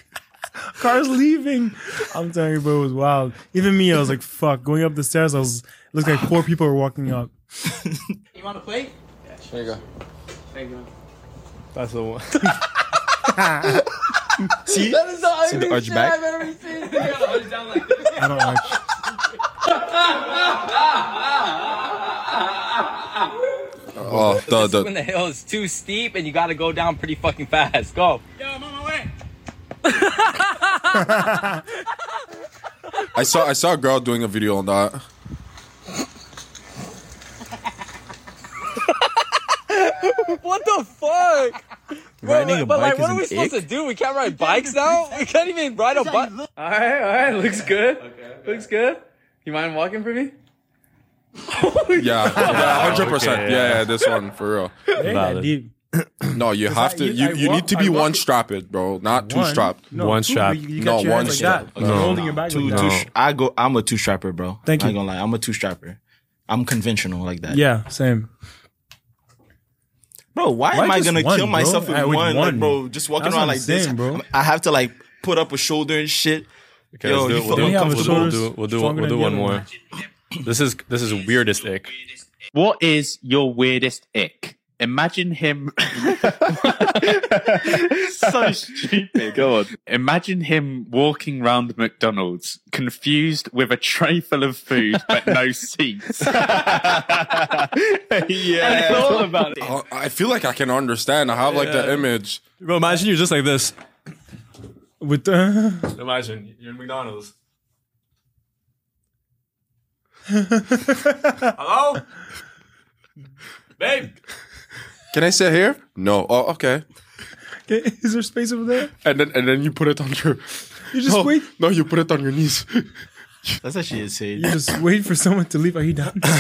Speaker 3: Carl's leaving. I'm telling you, bro, it was wild. Even me, I was like, fuck. Going up the stairs, I was looks like four people were walking up.
Speaker 8: You want to play?
Speaker 5: There you go.
Speaker 8: Thank you.
Speaker 4: That's the one.
Speaker 1: See,
Speaker 8: That is the
Speaker 1: See the arch
Speaker 8: ugliest shit
Speaker 1: back?
Speaker 8: I've ever seen. Yeah, I was down like this.
Speaker 3: I don't like.
Speaker 5: Oh, the,
Speaker 8: when
Speaker 5: the,
Speaker 8: the hill is too steep and you got to go down pretty fucking fast. Go. Yo, I'm on my way.
Speaker 5: I saw I saw a girl doing a video on that.
Speaker 8: What the fuck?
Speaker 1: riding a
Speaker 8: but like,
Speaker 1: bike
Speaker 8: what are we
Speaker 1: is an ick.
Speaker 8: supposed to do? We can't ride bikes now. We can't even ride a bike. All right, all right, looks good. Looks good. You mind walking for me?
Speaker 5: Yeah, yeah, hundred percent.
Speaker 4: okay,
Speaker 5: Yeah,
Speaker 4: yeah.
Speaker 5: yeah, this one for
Speaker 3: It ain't
Speaker 4: Valid.
Speaker 3: that deep.
Speaker 5: real. No, you have to.
Speaker 3: you-
Speaker 5: You,
Speaker 3: I
Speaker 5: you need
Speaker 3: walk-
Speaker 5: to
Speaker 3: I
Speaker 5: be
Speaker 3: walk-
Speaker 5: one strapped, bro, not two strapped.
Speaker 3: No,
Speaker 4: One
Speaker 3: two,
Speaker 4: strap.
Speaker 3: You, you
Speaker 5: No,
Speaker 3: got your
Speaker 5: one
Speaker 3: hands like
Speaker 5: strap.
Speaker 3: that. You're holding your back
Speaker 1: two,
Speaker 3: like
Speaker 1: two
Speaker 3: that.
Speaker 1: sh- I go. I'm a two strapper, bro.
Speaker 3: Thank
Speaker 1: I'm
Speaker 3: you.
Speaker 1: not gonna lie. I'm a two strapper. I'm conventional like that.
Speaker 3: Yeah, same.
Speaker 1: bro. Why,
Speaker 3: Why
Speaker 1: am I
Speaker 3: just
Speaker 1: gonna
Speaker 3: one,
Speaker 1: kill
Speaker 3: bro?
Speaker 1: myself
Speaker 3: I
Speaker 1: with
Speaker 3: would
Speaker 1: one, like,
Speaker 3: one.
Speaker 1: bro? Just walking
Speaker 3: That's
Speaker 1: around
Speaker 3: what
Speaker 1: like
Speaker 3: I'm
Speaker 1: this,
Speaker 3: saying, bro.
Speaker 1: I have to like put up a shoulder and shit.
Speaker 4: Okay,
Speaker 1: Yo,
Speaker 4: let's do
Speaker 1: you
Speaker 4: it. We'll
Speaker 1: fucking
Speaker 4: do,
Speaker 1: have
Speaker 4: we'll do,
Speaker 3: shoulders
Speaker 4: we'll do, we'll do,
Speaker 3: stronger
Speaker 4: we'll do
Speaker 3: than
Speaker 4: one
Speaker 3: the
Speaker 4: more.
Speaker 3: other
Speaker 4: This is this is weirdest ick.
Speaker 11: What is your weirdest ick? Imagine him. so stupid. Go on. Imagine him walking round McDonald's, confused with a tray full of food but no seats. yeah. I thought about it.
Speaker 5: I Uh, I feel like I can understand. I have like the image.
Speaker 4: Bro, imagine you're just like this.
Speaker 3: With uh,
Speaker 4: Imagine you're in McDonald's. Hello, babe.
Speaker 5: Can I sit here? No. Oh, okay.
Speaker 3: is there space over there?
Speaker 5: And then and then you put it on your.
Speaker 3: You just
Speaker 5: no,
Speaker 3: wait.
Speaker 5: No, you put it on your knees.
Speaker 1: That's actually insane.
Speaker 3: You just wait for someone to leave. Are you done?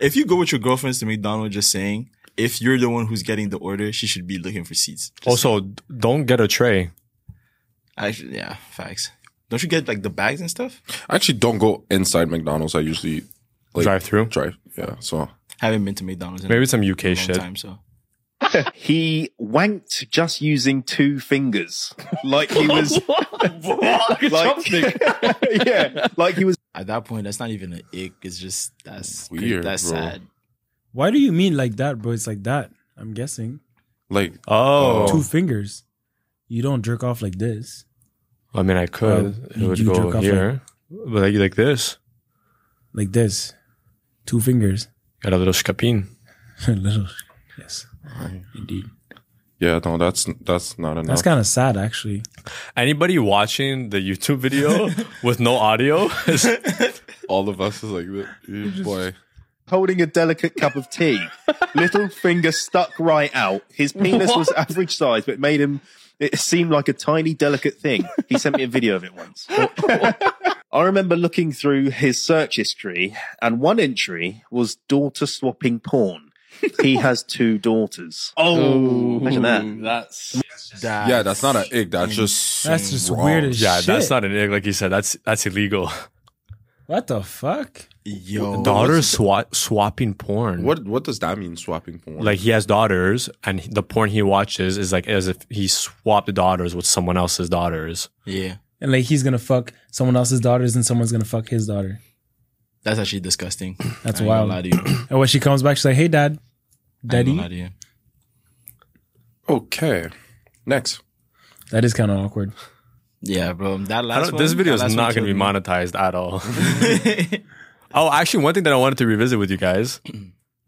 Speaker 1: If you go with your girlfriends to McDonald's, just saying, if you're the one who's getting the order, she should be looking for seats. Just-
Speaker 4: Also, d- don't get a tray.
Speaker 1: actually, yeah, facts. Don't you get like the bags and stuff?
Speaker 5: I actually don't go inside McDonald's. I usually like,
Speaker 4: Drive through.
Speaker 5: Drive. Yeah. So
Speaker 1: Haven't been to McDonald's in
Speaker 4: Maybe
Speaker 1: a
Speaker 4: some UK
Speaker 1: long
Speaker 4: shit.
Speaker 1: time, so
Speaker 11: He wanked just using two fingers, like he was. like, yeah, like he was.
Speaker 1: at that point, that's not even an ick. It's just that's pretty-
Speaker 5: Weird,
Speaker 1: That's
Speaker 5: bro.
Speaker 1: sad.
Speaker 3: Why do you mean like that, bro? It's like that. I'm guessing
Speaker 5: like
Speaker 4: Oh,
Speaker 3: two fingers. You don't jerk off like this.
Speaker 4: I mean, I could.
Speaker 3: Oh,
Speaker 4: it would
Speaker 3: you jerk
Speaker 4: go
Speaker 3: off
Speaker 4: here, but like like this.
Speaker 3: Like this. Two fingers.
Speaker 4: Got a little scapin.
Speaker 3: Little. Yes. Indeed.
Speaker 5: yeah. No, that's that's not enough.
Speaker 3: That's kind of sad, actually.
Speaker 4: Anybody watching the YouTube video with no audio? is-
Speaker 5: All of us is like, eh, boy.
Speaker 11: holding a delicate cup of tea. Little finger stuck right out. His penis was average size, but made him it seemed like a tiny, delicate thing. He sent me a video of it once. I remember looking through his search history, and one entry was daughter swapping porn. He has two daughters. Oh, imagine that.
Speaker 9: That's
Speaker 5: Yeah, that's not an egg. That's just
Speaker 3: That's just
Speaker 5: wrong.
Speaker 3: weird as
Speaker 4: yeah,
Speaker 3: shit.
Speaker 4: that's not an egg. Like you said, that's that's illegal.
Speaker 3: What the fuck?
Speaker 1: Yo,
Speaker 4: Daughter swa- swapping porn.
Speaker 5: What what does that mean? Swapping porn.
Speaker 4: Like he has daughters, and he- the porn he watches is like as if he swapped daughters with someone else's daughters.
Speaker 1: yeah,
Speaker 3: And like he's gonna fuck someone else's daughters, and someone's gonna fuck his daughter.
Speaker 1: that's actually disgusting.
Speaker 3: That's
Speaker 1: I ain't
Speaker 3: wild.
Speaker 1: gonna lie to you. I ain't
Speaker 3: And when she comes back, she's like, "Hey, dad,
Speaker 1: gonna
Speaker 3: daddy."
Speaker 1: lie to you.
Speaker 5: okay, next.
Speaker 3: That is kind of awkward.
Speaker 1: Yeah, bro. That
Speaker 4: I
Speaker 1: last
Speaker 4: don't, this
Speaker 1: one-
Speaker 4: video
Speaker 1: that
Speaker 4: is
Speaker 1: last
Speaker 4: not
Speaker 1: one
Speaker 4: going to be
Speaker 1: killed
Speaker 4: monetized at all.
Speaker 1: me.
Speaker 4: oh, actually, one thing that I wanted to revisit with you guys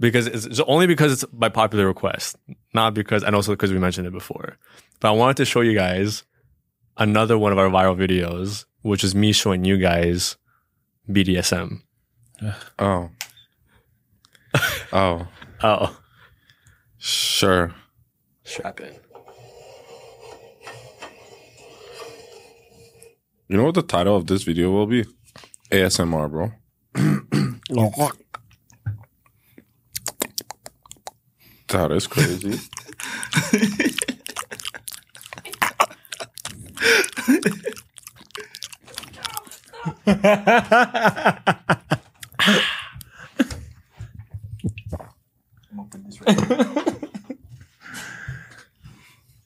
Speaker 4: because it's, it's only because it's by popular request, not because, and also because we mentioned it before. But I wanted to show you guys another one of our viral videos, which is me showing you guys BDSM.
Speaker 5: Oh. oh.
Speaker 4: Oh,
Speaker 5: Sure.
Speaker 4: strap in.
Speaker 5: You know what the title of this video will be? ASMR, bro. that is crazy.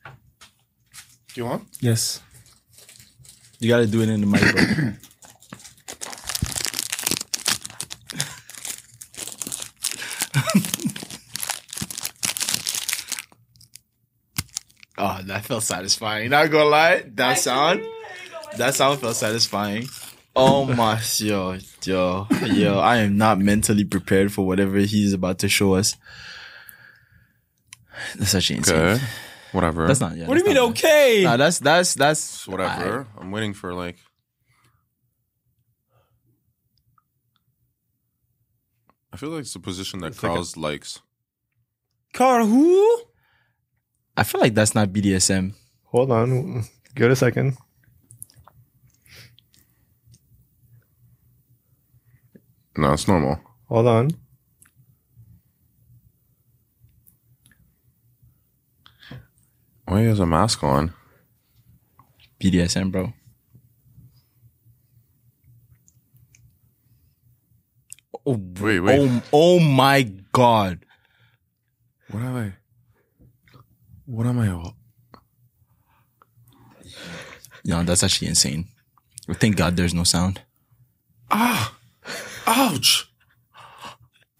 Speaker 5: Do you want?
Speaker 3: Yes.
Speaker 1: you gotta do it in the mic, bro. Oh, that felt satisfying. Not gonna lie, that sound, that sound felt satisfying. Oh my, yo, yo, yo! I am not mentally prepared for whatever he's about to show us. That's actually insane.
Speaker 5: Okay. Whatever.
Speaker 1: That's not. Yeah,
Speaker 3: What do you mean? Okay.
Speaker 1: Nah, that's that's that's
Speaker 5: Whatever. I, am waiting for like. I feel like it's a position that Kraus likes.
Speaker 3: Carl, who?
Speaker 1: I feel like that's not BDSM.
Speaker 4: Hold on. Give it a second.
Speaker 5: No, it's normal.
Speaker 4: Hold on.
Speaker 5: Why he has a mask on?
Speaker 1: BDSM, bro. Oh,
Speaker 5: Wait, wait.
Speaker 1: Oh, oh my god.
Speaker 5: What am I? What am I?
Speaker 1: No, that's actually insane.
Speaker 5: Ah!
Speaker 1: Thank God there's no sound.
Speaker 5: Ouch!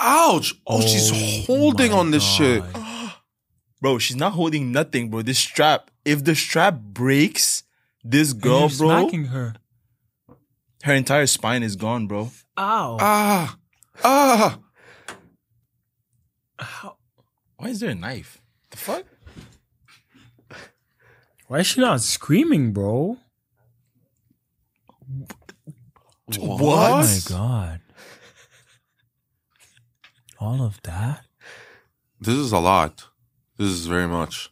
Speaker 5: Ouch! Oh, she's holding on this shit.
Speaker 1: bro, she's not holding nothing, bro. This strap, if the strap breaks, this girl, bro,
Speaker 12: smacking her.
Speaker 1: her entire spine is gone, bro.
Speaker 12: Ow.
Speaker 5: Ah, ah.
Speaker 1: Why is there a knife? The fuck?
Speaker 3: Why is she not screaming, bro?
Speaker 1: What?
Speaker 12: Oh my god. All of that?
Speaker 5: This is a lot. This is very much.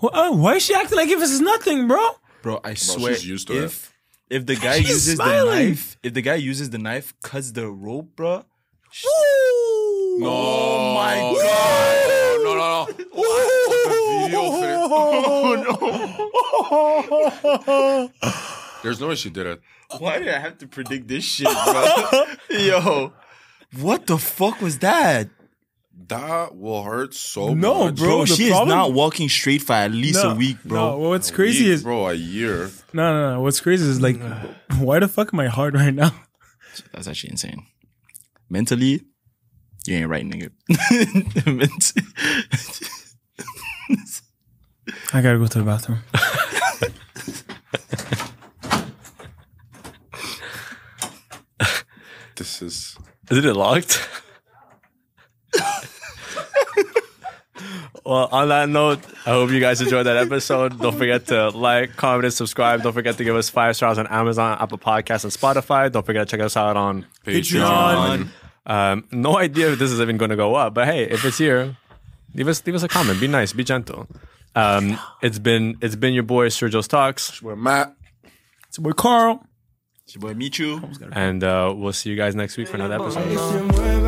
Speaker 12: Wh- uh, why is she acting like if this is nothing, bro?
Speaker 1: Bro, I swear.
Speaker 5: she's used to
Speaker 1: if, if the guy
Speaker 12: She's
Speaker 1: uses the
Speaker 12: smiling.
Speaker 1: knife, if the guy uses the knife, cuts the rope, bro.
Speaker 5: No. Oh my god! No, no, no. There's no way she did it.
Speaker 1: Why did I have to predict this shit, bro? Yo, what the fuck was that?
Speaker 5: That will hurt so
Speaker 3: No,
Speaker 5: much.
Speaker 3: Bro,
Speaker 1: Bro,
Speaker 3: the
Speaker 1: she
Speaker 3: problem-
Speaker 1: is not walking straight for at least
Speaker 3: No,
Speaker 1: a week,
Speaker 3: No,
Speaker 1: bro.
Speaker 3: well, what's crazy
Speaker 5: Week,
Speaker 3: is no,
Speaker 5: bro, a year.
Speaker 3: no, no. What's crazy is like, why the fuck am I hard right now?
Speaker 1: That's actually insane. Mentally, you ain't right, nigga. Ment-
Speaker 3: I gotta go to the bathroom.
Speaker 5: This is
Speaker 4: Is it locked? well, on that note, I hope you guys enjoyed that episode. Don't forget to like, comment, and subscribe. Don't forget to give us five stars on Amazon, Apple Podcasts, and Spotify. Don't forget to check us out on.
Speaker 5: Patreon.
Speaker 4: Um, no idea if this is even going to go up, but hey, if it's here, leave us leave us a comment. Be nice. Be gentle. Um, it's been it's been your boy Sergio's talks,
Speaker 5: Where Matt.
Speaker 3: It's your boy Carl.
Speaker 1: It's your boy Michu.
Speaker 4: and uh, we'll see you guys next week for another episode.
Speaker 12: Se mueve